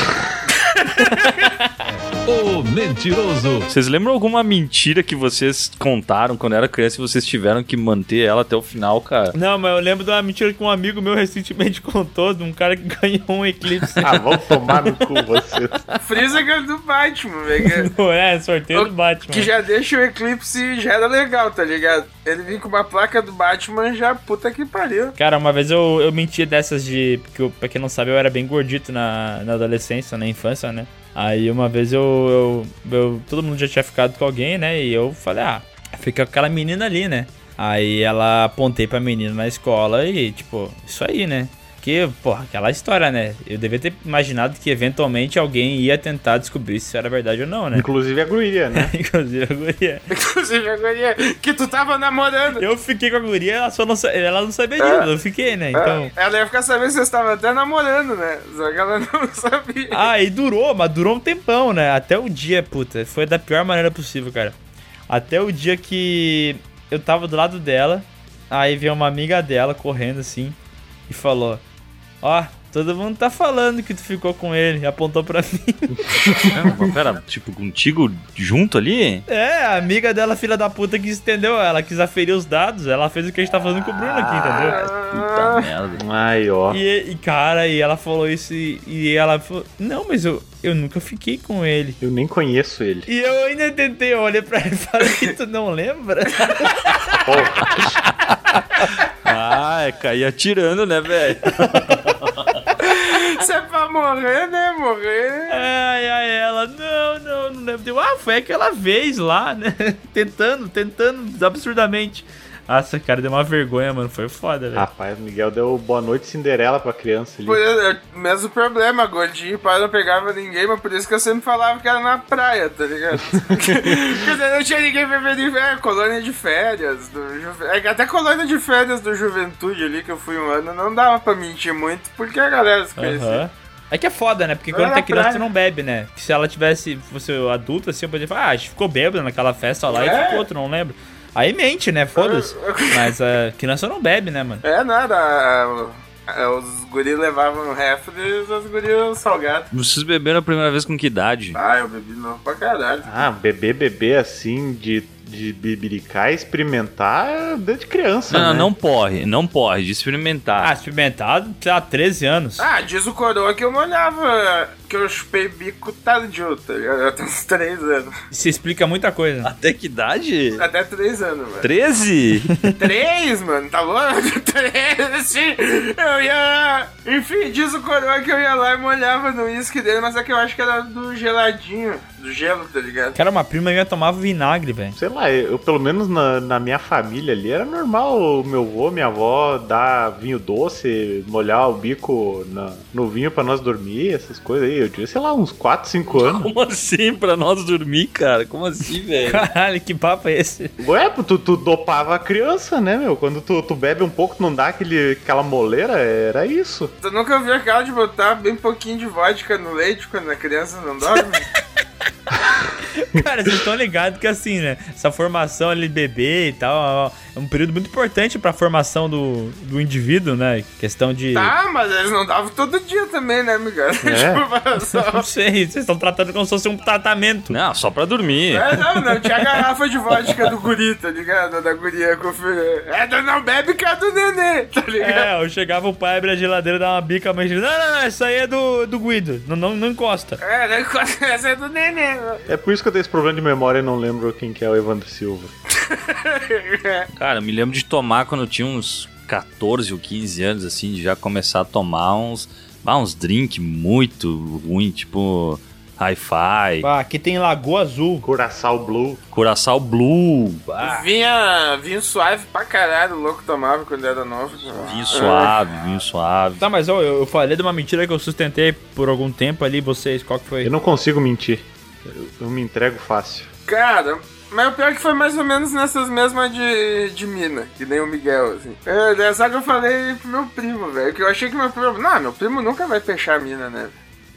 Speaker 10: O mentiroso.
Speaker 5: Vocês lembram alguma mentira que vocês contaram quando era criança e vocês tiveram que manter ela até o final, (laughs) cara?
Speaker 6: Não, mas eu lembro de uma mentira que um amigo meu recentemente (laughs) contou de um cara que ganhou um (laughs) eclipse.
Speaker 4: Ah, vão tomar no cu vocês.
Speaker 2: Freeza que era do Batman, velho.
Speaker 6: Pô, é, sorteio do Batman.
Speaker 2: Que já deixa o Eclipse, já era legal, tá ligado? Ele vinha com uma placa do Batman, já puta que pariu. (laughs)
Speaker 6: Cara, uma vez eu, eu mentia dessas de. Porque, eu, pra quem não sabe, eu era bem gordito na, na adolescência, na infância, né? Aí uma vez eu, eu, eu- Todo mundo já tinha ficado com alguém, né? E eu falei, ah, fica com aquela menina ali, né? Aí ela apontei pra menina na escola e, tipo, isso aí, né? Que, porra, aquela história, né? Eu devia ter imaginado que eventualmente alguém ia tentar descobrir se isso era verdade ou não, né? (laughs)
Speaker 4: Inclusive a guria, né?
Speaker 6: Inclusive a guria.
Speaker 2: Inclusive, agora é que tu tava namorando.
Speaker 6: Eu fiquei com a guria, ela só não, sa- ela não sabia disso, eu fiquei, né? Então.
Speaker 2: Ela ia ficar sabendo se você estava até namorando, né? Só que ela não (laughs) sabia.
Speaker 6: Ah, e durou, mas durou um tempão, né? Até o dia, puta. Foi da pior maneira possível, cara. Até o dia que eu tava do lado dela, aí veio uma amiga dela correndo assim e falou: Ó, Todo mundo tá falando que tu ficou com ele, apontou pra (laughs) mim.
Speaker 5: Mas pera, tipo, contigo junto ali?
Speaker 6: É, a amiga dela, filha da puta, que estendeu ela, quis aferir os dados, ela fez o que a gente tá fazendo com o Bruno aqui, entendeu?
Speaker 5: Puta merda.
Speaker 4: Aí, ó.
Speaker 6: E, e, cara, e ela falou isso e, e ela falou: Não, mas eu, eu nunca fiquei com ele.
Speaker 4: Eu nem conheço ele.
Speaker 6: E eu ainda tentei, eu olhei pra ele e falei: Tu não
Speaker 4: (laughs)
Speaker 6: lembra?
Speaker 5: Ah, é cair atirando, né, velho?
Speaker 2: Você é pra morrer, né? Morrer.
Speaker 6: Ai, ai, ela: Não, não, não lembro. Eu, ah, foi aquela vez lá, né? (laughs) Tentando, tentando absurdamente. Nossa, cara, deu uma vergonha, mano. Foi foda, velho.
Speaker 4: Rapaz, o Miguel deu boa noite Cinderela pra criança ali.
Speaker 2: Por- é o mesmo problema, gordinho e pai não pegava ninguém, mas por isso que eu sempre falava que era na praia, tá ligado? Quer dizer, não tinha ninguém pra ver de é, colônia de férias. Do, Ju- é que até colônia de férias do Juventude ali, que eu fui um ano, não dava pra mentir muito, porque a galera se conhecia.
Speaker 6: Aham. É que é foda, né? Porque
Speaker 2: Não
Speaker 6: quando
Speaker 2: era
Speaker 6: tá criança,
Speaker 2: praia.
Speaker 6: tu não bebe, né? Que se ela tivesse, fosse adulta, assim, eu poderia falar, ah, a gente ficou bêbado naquela festa lá e
Speaker 2: É.
Speaker 6: ficou, tu não lembro. Aí mente, né?
Speaker 2: (laughs)
Speaker 6: Foda-se. Mas a criança não bebe, né, mano?
Speaker 2: É nada, a- a- os guris levavam no refri e os guris salgados.
Speaker 5: Vocês beberam a primeira vez com que idade?
Speaker 2: Ah, eu bebi novo pra caralho.
Speaker 4: Ah, beber, beber assim, de, de bibiricar, experimentar desde criança.
Speaker 5: Não, não,
Speaker 4: né?
Speaker 5: não porre, não porre, de
Speaker 6: Ah,
Speaker 5: experimentar.
Speaker 6: experimentado, sei lá, 13 anos.
Speaker 2: Ah, diz o coroa que eu não olhava, que eu chupei bico tardio, tá ligado? Até uns 3 anos.
Speaker 6: Isso explica muita coisa. né?
Speaker 5: Ah, Até que idade?
Speaker 2: Até 3 anos,
Speaker 5: (laughs)
Speaker 2: mano.
Speaker 5: 13?
Speaker 2: 3, mano, tá louco? (laughs) 3, sim. Eu ia... Enfim, diz o coroa que eu ia lá e molhava no uísque dele, mas é que eu acho que era do geladinho, do gelo, tá ligado?
Speaker 6: Cara, uma prima minha tomava vinagre, velho. (laughs)
Speaker 4: Sei lá, eu pelo menos na, na minha família ali era normal o meu avô, minha avó dar vinho doce, molhar o bico na- no vinho pra nós dormir, essas coisas aí. Eu tinha, sei lá, uns 4, 5 anos.
Speaker 5: Como assim pra nós dormir, cara? Como assim, velho?
Speaker 6: Caralho, que papo é esse?
Speaker 4: Ué, tu, tu dopava a criança, né, meu? Quando tu, tu bebe um pouco, tu não dá aquele, aquela moleira, era isso.
Speaker 2: Tu nunca ouviu aquela de botar bem pouquinho de vodka no leite quando a criança não dorme?
Speaker 6: Cara, vocês estão ligados que assim, né? Essa formação ali, bebê e tal, é um período muito importante pra formação do, do indivíduo, né? Questão de.
Speaker 2: Tá, mas eles não davam todo dia também, né, (laughs) Miguel? tipo, só...
Speaker 6: Não sei, vocês estão tratando como se fosse um tratamento.
Speaker 5: Não, só pra dormir.
Speaker 2: É, não, não, tinha a garrafa de vodka do guri, tá ligado? Da guria com o filho. É, do não bebe que é do nenê, tá ligado?
Speaker 6: É, eu chegava o pai, abria a geladeira, dava uma bica, mas não, não, não, isso aí é do, do Guido, não, não, não encosta.
Speaker 2: É, né, essa é do nenê.
Speaker 4: É por isso que eu tenho esse problema de memória e não lembro quem que é o Evandro Silva.
Speaker 5: Cara, eu me lembro de tomar quando eu tinha uns 14 ou 15 anos, assim, de já começar a tomar uns. Ah, uns drink muito ruim, tipo. Hi-Fi,
Speaker 6: Ah, aqui tem Lagoa Azul.
Speaker 4: Curaçao Blue.
Speaker 5: Curaçao Blue, bah,
Speaker 2: Vinha, vinho suave pra caralho, o louco tomava quando era novo.
Speaker 5: vinho suave, vinho suave.
Speaker 6: Tá, mas ó, eu, eu falei de uma mentira que eu sustentei por algum tempo ali, vocês, qual que foi?
Speaker 4: Eu não consigo mentir. Eu, eu me entrego fácil.
Speaker 2: Cara, mas o pior é que foi mais ou menos nessas mesmas de, de mina, que nem o Miguel, assim. É, né, só que eu falei pro meu primo, velho, que eu achei que meu primo... Não, meu primo nunca vai fechar a mina, né?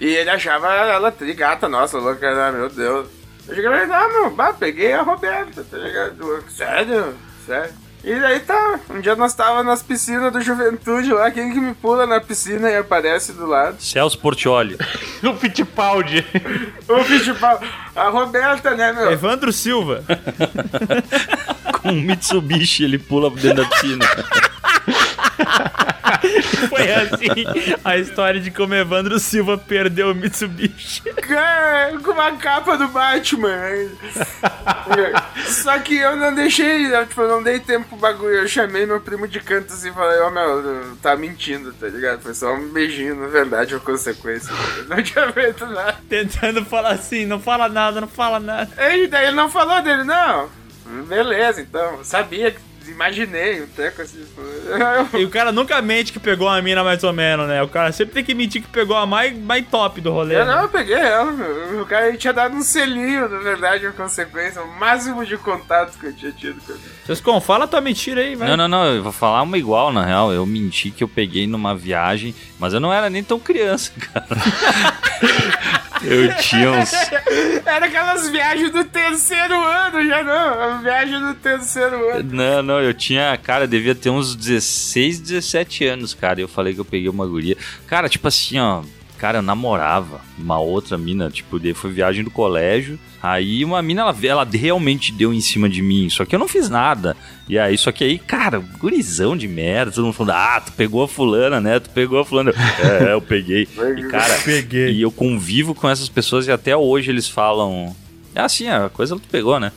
Speaker 2: E ele achava ela trigata, nossa, louca, né? meu Deus. Eu cheguei e falei, não, meu, bah, peguei a Roberta, tá ligado? Eu, Sério? Sério? E daí tá, um dia nós tava nas piscinas do Juventude lá, quem que me pula na piscina e aparece do lado? (laughs)
Speaker 5: Celso Portioli.
Speaker 4: O Fittipaldi.
Speaker 2: O Fittipal, a Roberta, né, meu?
Speaker 6: Evandro Silva.
Speaker 5: (laughs) Com um Mitsubishi, ele pula dentro da piscina.
Speaker 6: (laughs) foi assim a história de como Evandro Silva perdeu o Mitsubishi. (laughs)
Speaker 2: É, com uma capa do Batman. É. Só que eu não deixei, eu, tipo, eu não dei tempo pro bagulho. Eu chamei meu primo de canto assim e falei, ó meu, tá mentindo, tá ligado? Foi só um beijinho, na verdade, ou consequência. Não tinha feito nada.
Speaker 6: Tentando falar assim, não fala nada, não fala nada.
Speaker 2: E daí ele não falou dele, não. Beleza, então. Sabia, imaginei um treco assim. tipo,
Speaker 6: E o cara nunca mente que pegou a mina mais ou menos, né? O cara sempre tem que mentir que pegou a mais, mais top do rolê.
Speaker 2: Eu
Speaker 6: né?
Speaker 2: É, não, eu peguei ela. meu. O cara tinha dado um selinho, na verdade, ou consequência. O máximo de contato que eu tinha tido com ele.
Speaker 6: Sescon, fala tua mentira aí, vai.
Speaker 5: Não, não, não, eu vou falar uma igual, na real. Eu (laughs) menti que eu peguei numa viagem, mas eu não era nem tão criança, cara. Eu tinha uns.
Speaker 2: Era aquelas viagens do terceiro ano, já não. A viagem do terceiro ano.
Speaker 5: Não, não, eu tinha, cara, devia ter uns 16, 17 anos, cara. Eu falei que eu peguei uma guria. Cara, tipo assim, ó. Cara, eu namorava uma outra mina, tipo, daí foi viagem do colégio. Aí uma mina, ela, ela realmente deu em cima de mim, só que eu não fiz nada. E aí, só que aí, cara, gurizão de merda, todo mundo falando, ah, tu pegou a fulana, né? Tu pegou a fulana. (laughs) Eu, É, eu peguei. E, cara,
Speaker 6: Peguei.
Speaker 5: e eu convivo com essas pessoas e até hoje eles falam. É assim, a coisa tu pegou, né?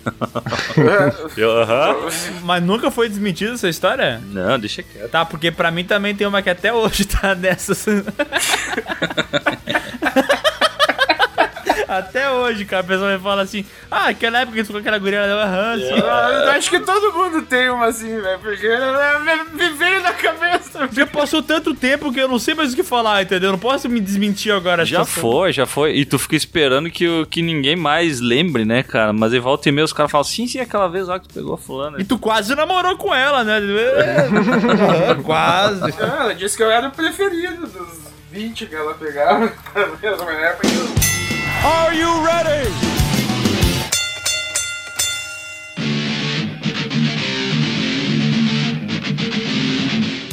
Speaker 5: (laughs) Eu, aham.
Speaker 6: Mas nunca foi desmentida essa história?
Speaker 5: Não, deixa quieto.
Speaker 6: Tá, porque pra mim também tem uma que até hoje (laughs) tá dessas. até hoje, cara, a pessoa me fala assim: Ah, aquela época que tu ficou com aquela guria, ela deu aham, assim.
Speaker 2: Eu acho que todo mundo tem uma assim, velho. Porque ela me veio na cabeça.
Speaker 6: Já passou tanto tempo que eu não sei mais o que falar, entendeu? Não posso me desmentir agora.
Speaker 5: Já
Speaker 6: tipo,
Speaker 5: foi, já foi. E tu fica esperando que, o- que ninguém mais lembre, né, cara? Mas aí volta e meia os caras falam, sim, sim, aquela vez lá que tu pegou a fulana.
Speaker 6: E tu quase namorou com ela, né? (laughs) É, quase.
Speaker 2: Não, ela disse que eu era o preferido dos 20 que ela pegava. (laughs) Na mesma época.
Speaker 6: Are you ready? (laughs)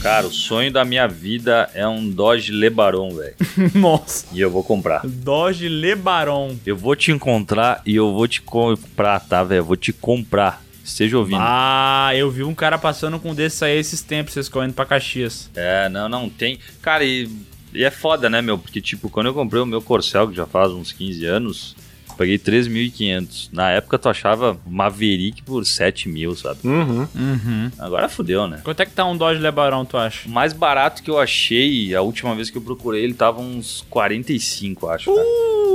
Speaker 5: Cara, o sonho da minha vida é um Dodge Lebaron, velho.
Speaker 6: Nossa.
Speaker 5: E eu vou comprar.
Speaker 6: Doge Lebaron.
Speaker 5: Eu vou te encontrar e eu vou te comprar, tá, velho? Eu vou te comprar. Esteja ouvindo.
Speaker 6: Ah, eu vi um cara passando com um desse aí esses tempos, vocês correndo pra Caxias.
Speaker 5: É, não, não tem. Cara, e, e é foda, né, meu? Porque, tipo, quando eu comprei o meu Corcel, que já faz uns 15 anos, eu paguei 3.500. Na época, tu achava Maverick por 7 mil, sabe?
Speaker 4: Uhum.
Speaker 5: Agora fudeu, né?
Speaker 6: Quanto é que tá um Dodge Lebaron, tu
Speaker 5: O
Speaker 6: acha?
Speaker 5: mais barato que eu achei, a última vez que eu procurei, ele tava uns 45, acho.
Speaker 6: Uh!
Speaker 5: cara.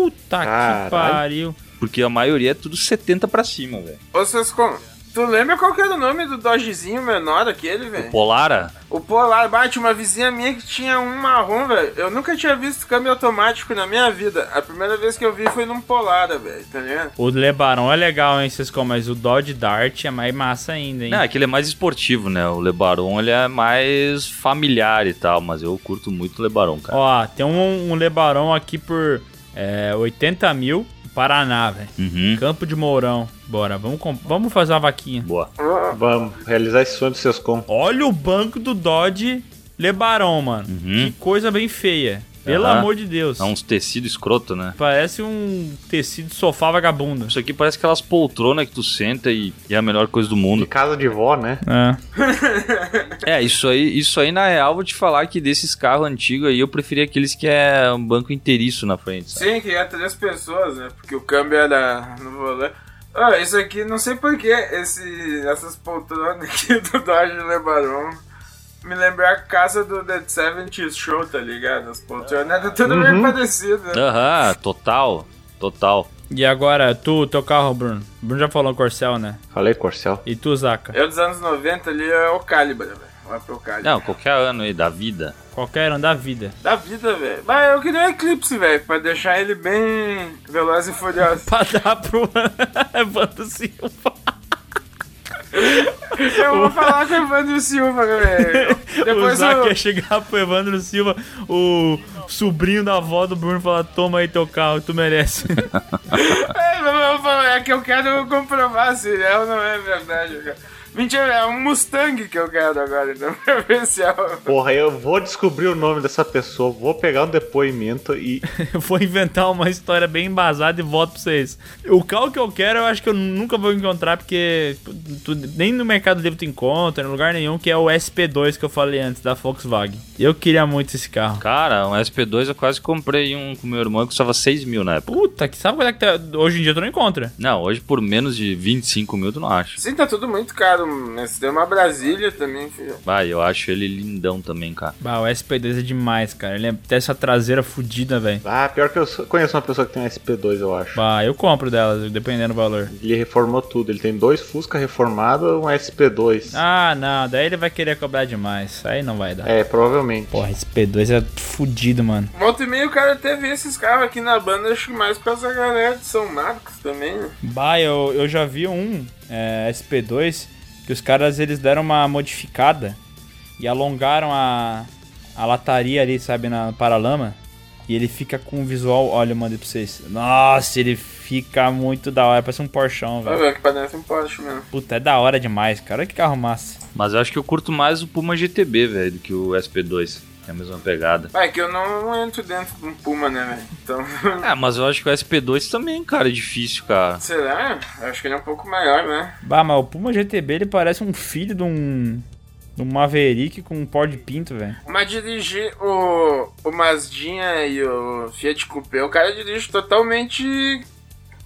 Speaker 6: Puta que
Speaker 4: Caralho.
Speaker 6: pariu.
Speaker 5: Porque a maioria é tudo 70 pra cima, velho.
Speaker 2: Ô, Sescon, tu lembra qual que era o nome do Dogezinho menor aquele, velho?
Speaker 5: Polara?
Speaker 2: O Polar bate uma vizinha minha que tinha um marrom, velho. Eu nunca tinha visto câmbio automático na minha vida. A primeira vez que eu vi foi num Polara, velho, tá ligado?
Speaker 6: O Lebaron é legal, hein, Cisco, mas o Dodge Dart é mais massa ainda, hein?
Speaker 5: Não, aquele é mais esportivo, né? O Lebaron, ele é mais familiar e tal, mas eu curto muito o Lebaron, cara.
Speaker 6: Ó, tem um, um Lebaron aqui por é, 80 mil, Paraná, velho.
Speaker 5: Uhum.
Speaker 6: Campo de Mourão. Bora, vamos, com- vamos fazer uma vaquinha.
Speaker 5: Boa.
Speaker 4: Vamos, realizar esse sonho do Sescom.
Speaker 6: Olha o banco do Dodge Lebaron, mano.
Speaker 5: Uhum.
Speaker 6: Que coisa bem feia. Pelo
Speaker 5: Aham.
Speaker 6: amor de Deus.
Speaker 5: É uns tecidos escroto, né?
Speaker 6: Parece um tecido de sofá vagabundo.
Speaker 5: Isso aqui parece aquelas poltronas que tu senta e, e é a melhor coisa do
Speaker 4: De
Speaker 5: mundo.
Speaker 4: casa de vó, né?
Speaker 6: É.
Speaker 5: (laughs) É, isso aí, isso aí na real, vou te falar que desses carros antigos aí, eu preferi aqueles que é um banco inteiriço na frente. Sabe?
Speaker 2: Sim, que ia três pessoas, né? Porque o câmbio era no volante. Ah, isso aqui, não sei porquê, essas poltronas aqui (laughs) do Dodge Lebaron me lembrar a casa do The 70 Show, tá ligado? As poltronas eram tudo bem parecido,
Speaker 5: Ah.
Speaker 2: né?
Speaker 5: Aham, total, total.
Speaker 6: E agora, tu, teu carro, Bruno? Bruno já falou Corcel, né?
Speaker 4: Falei, Corcel.
Speaker 6: E tu, Zaca?
Speaker 2: Eu dos anos 90 ali é o Calibra, velho. Lá pro Calibra.
Speaker 5: Não, qualquer ano aí da vida.
Speaker 6: Qualquer ano da vida. (laughs)
Speaker 2: Da vida, velho. Mas eu queria um Eclipse, velho, pra deixar ele bem veloz e furioso.
Speaker 6: Pra dar pro (laughs) Evandro Silva.
Speaker 2: Eu vou falar com o Evandro Silva, velho.
Speaker 6: o
Speaker 2: Depois
Speaker 6: Zaca
Speaker 2: eu...
Speaker 6: ia chegar pro Evandro Silva, o sobrinho da avó do Bruno, e falar: Toma aí teu carro, tu merece. (laughs)
Speaker 2: É, mas eu vou- É que eu quero comprovar se é ou não é verdade. cara. Mentira, é um Mustang que eu quero agora, então, (laughs) pra ver se é o-
Speaker 4: Porra, eu vou descobrir o nome dessa pessoa, vou pegar um depoimento e.
Speaker 6: eu vou inventar uma história bem embasada e volto pra vocês. O carro que eu quero, eu acho que eu nunca vou encontrar, porque tu- tu- nem no Mercado Livre tu encontra, em lugar nenhum, que é o SP2 que eu falei antes, da Volkswagen. Eu queria muito esse carro.
Speaker 5: Cara, um SP2 eu quase comprei um com meu irmão que custava 6 mil na época.
Speaker 6: Puta, que sabe qual é que tá? Hoje em dia tu não encontra.
Speaker 5: Não, hoje por menos de 25 mil tu não acha.
Speaker 2: Sim, tá tudo muito caro, né? Se tem uma Brasília também, filho.
Speaker 5: Vai, eu acho ele lindão também, cara.
Speaker 6: Bah, o SP2 é demais, cara. Ele é- tem essa traseira fodida, velho.
Speaker 4: Ah, pior que eu sou- conheço uma pessoa que tem um SP2, eu acho.
Speaker 6: Bah, eu compro dela, dependendo do valor.
Speaker 4: Ele reformou tudo. Ele tem dois Fusca reformados um SP2.
Speaker 6: Ah, não, daí ele vai querer cobrar demais. Aí não vai dar.
Speaker 4: É, provavelmente.
Speaker 6: Porra, SP2 é fudido, mano.
Speaker 2: Volta e meia o cara até vê esses carros aqui na banda, acho que mais por causa da galera de São Marcos também, né?
Speaker 6: Bah, eu, eu já vi um é, SP2 que os caras eles deram uma modificada e alongaram a, a lataria ali, sabe, na no paralama. E ele fica com um visual, olha, eu mandei pra vocês. Nossa, ele fica muito da hora, parece um Porchão,
Speaker 2: Ah,
Speaker 6: velho.
Speaker 2: velho, que parece um Porsche mesmo.
Speaker 6: Puta, é da hora demais, cara. Olha que carro massa.
Speaker 5: Mas eu acho que eu curto mais o Puma GTB, velho, do que o SP2. É a mesma pegada.
Speaker 2: Ah, É que eu não entro dentro de um Puma, né, velho? Então, (laughs)
Speaker 5: É, mas eu acho que o SP2 também, cara, é difícil, cara.
Speaker 2: será? Acho que ele é um pouco maior, né?
Speaker 6: Bah, mas o Puma GTB, ele parece um filho de um... De um Maverick com um pó de pinto, velho.
Speaker 2: Mas dirigir o, o Mazdinha e o Fiat Coupé, o cara dirige totalmente,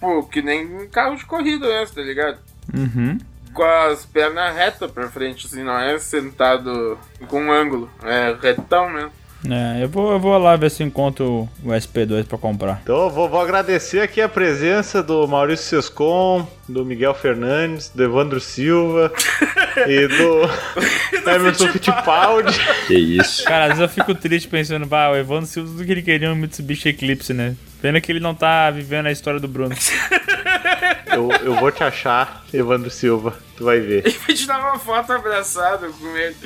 Speaker 2: pô, que nem um carro de corrida essa, tá ligado?
Speaker 6: Uhum.
Speaker 2: Com as pernas retas pra frente, assim, não é sentado com um ângulo, é retão mesmo. (laughs)
Speaker 6: É, eu vou, eu vou lá ver se eu encontro o SP2 pra comprar.
Speaker 1: Então eu vou, vou agradecer aqui a presença do Maurício Sescon, do Miguel Fernandes, do Evandro (laughs) Silva e (laughs) do Emerson Fittipaldi.
Speaker 5: Que isso.
Speaker 6: Cara, às vezes eu fico triste pensando, bah, o Evandro Silva, tudo que ele queria é um Mitsubishi Eclipse, né? Pena que ele não tá vivendo a história do Bruno.
Speaker 1: Eu, eu vou te achar, Evandro Silva, tu vai ver.
Speaker 2: Vou te dar uma foto abraçado com ele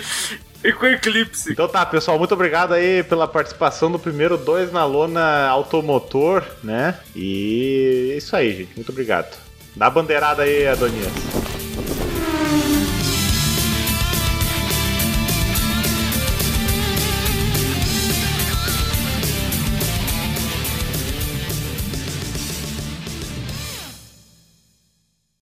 Speaker 2: e com o Eclipse.
Speaker 1: Então tá, pessoal, muito obrigado aí pela participação do primeiro 2 na lona automotor, né? E é isso aí, gente, muito obrigado. Dá a bandeirada aí, Adonias.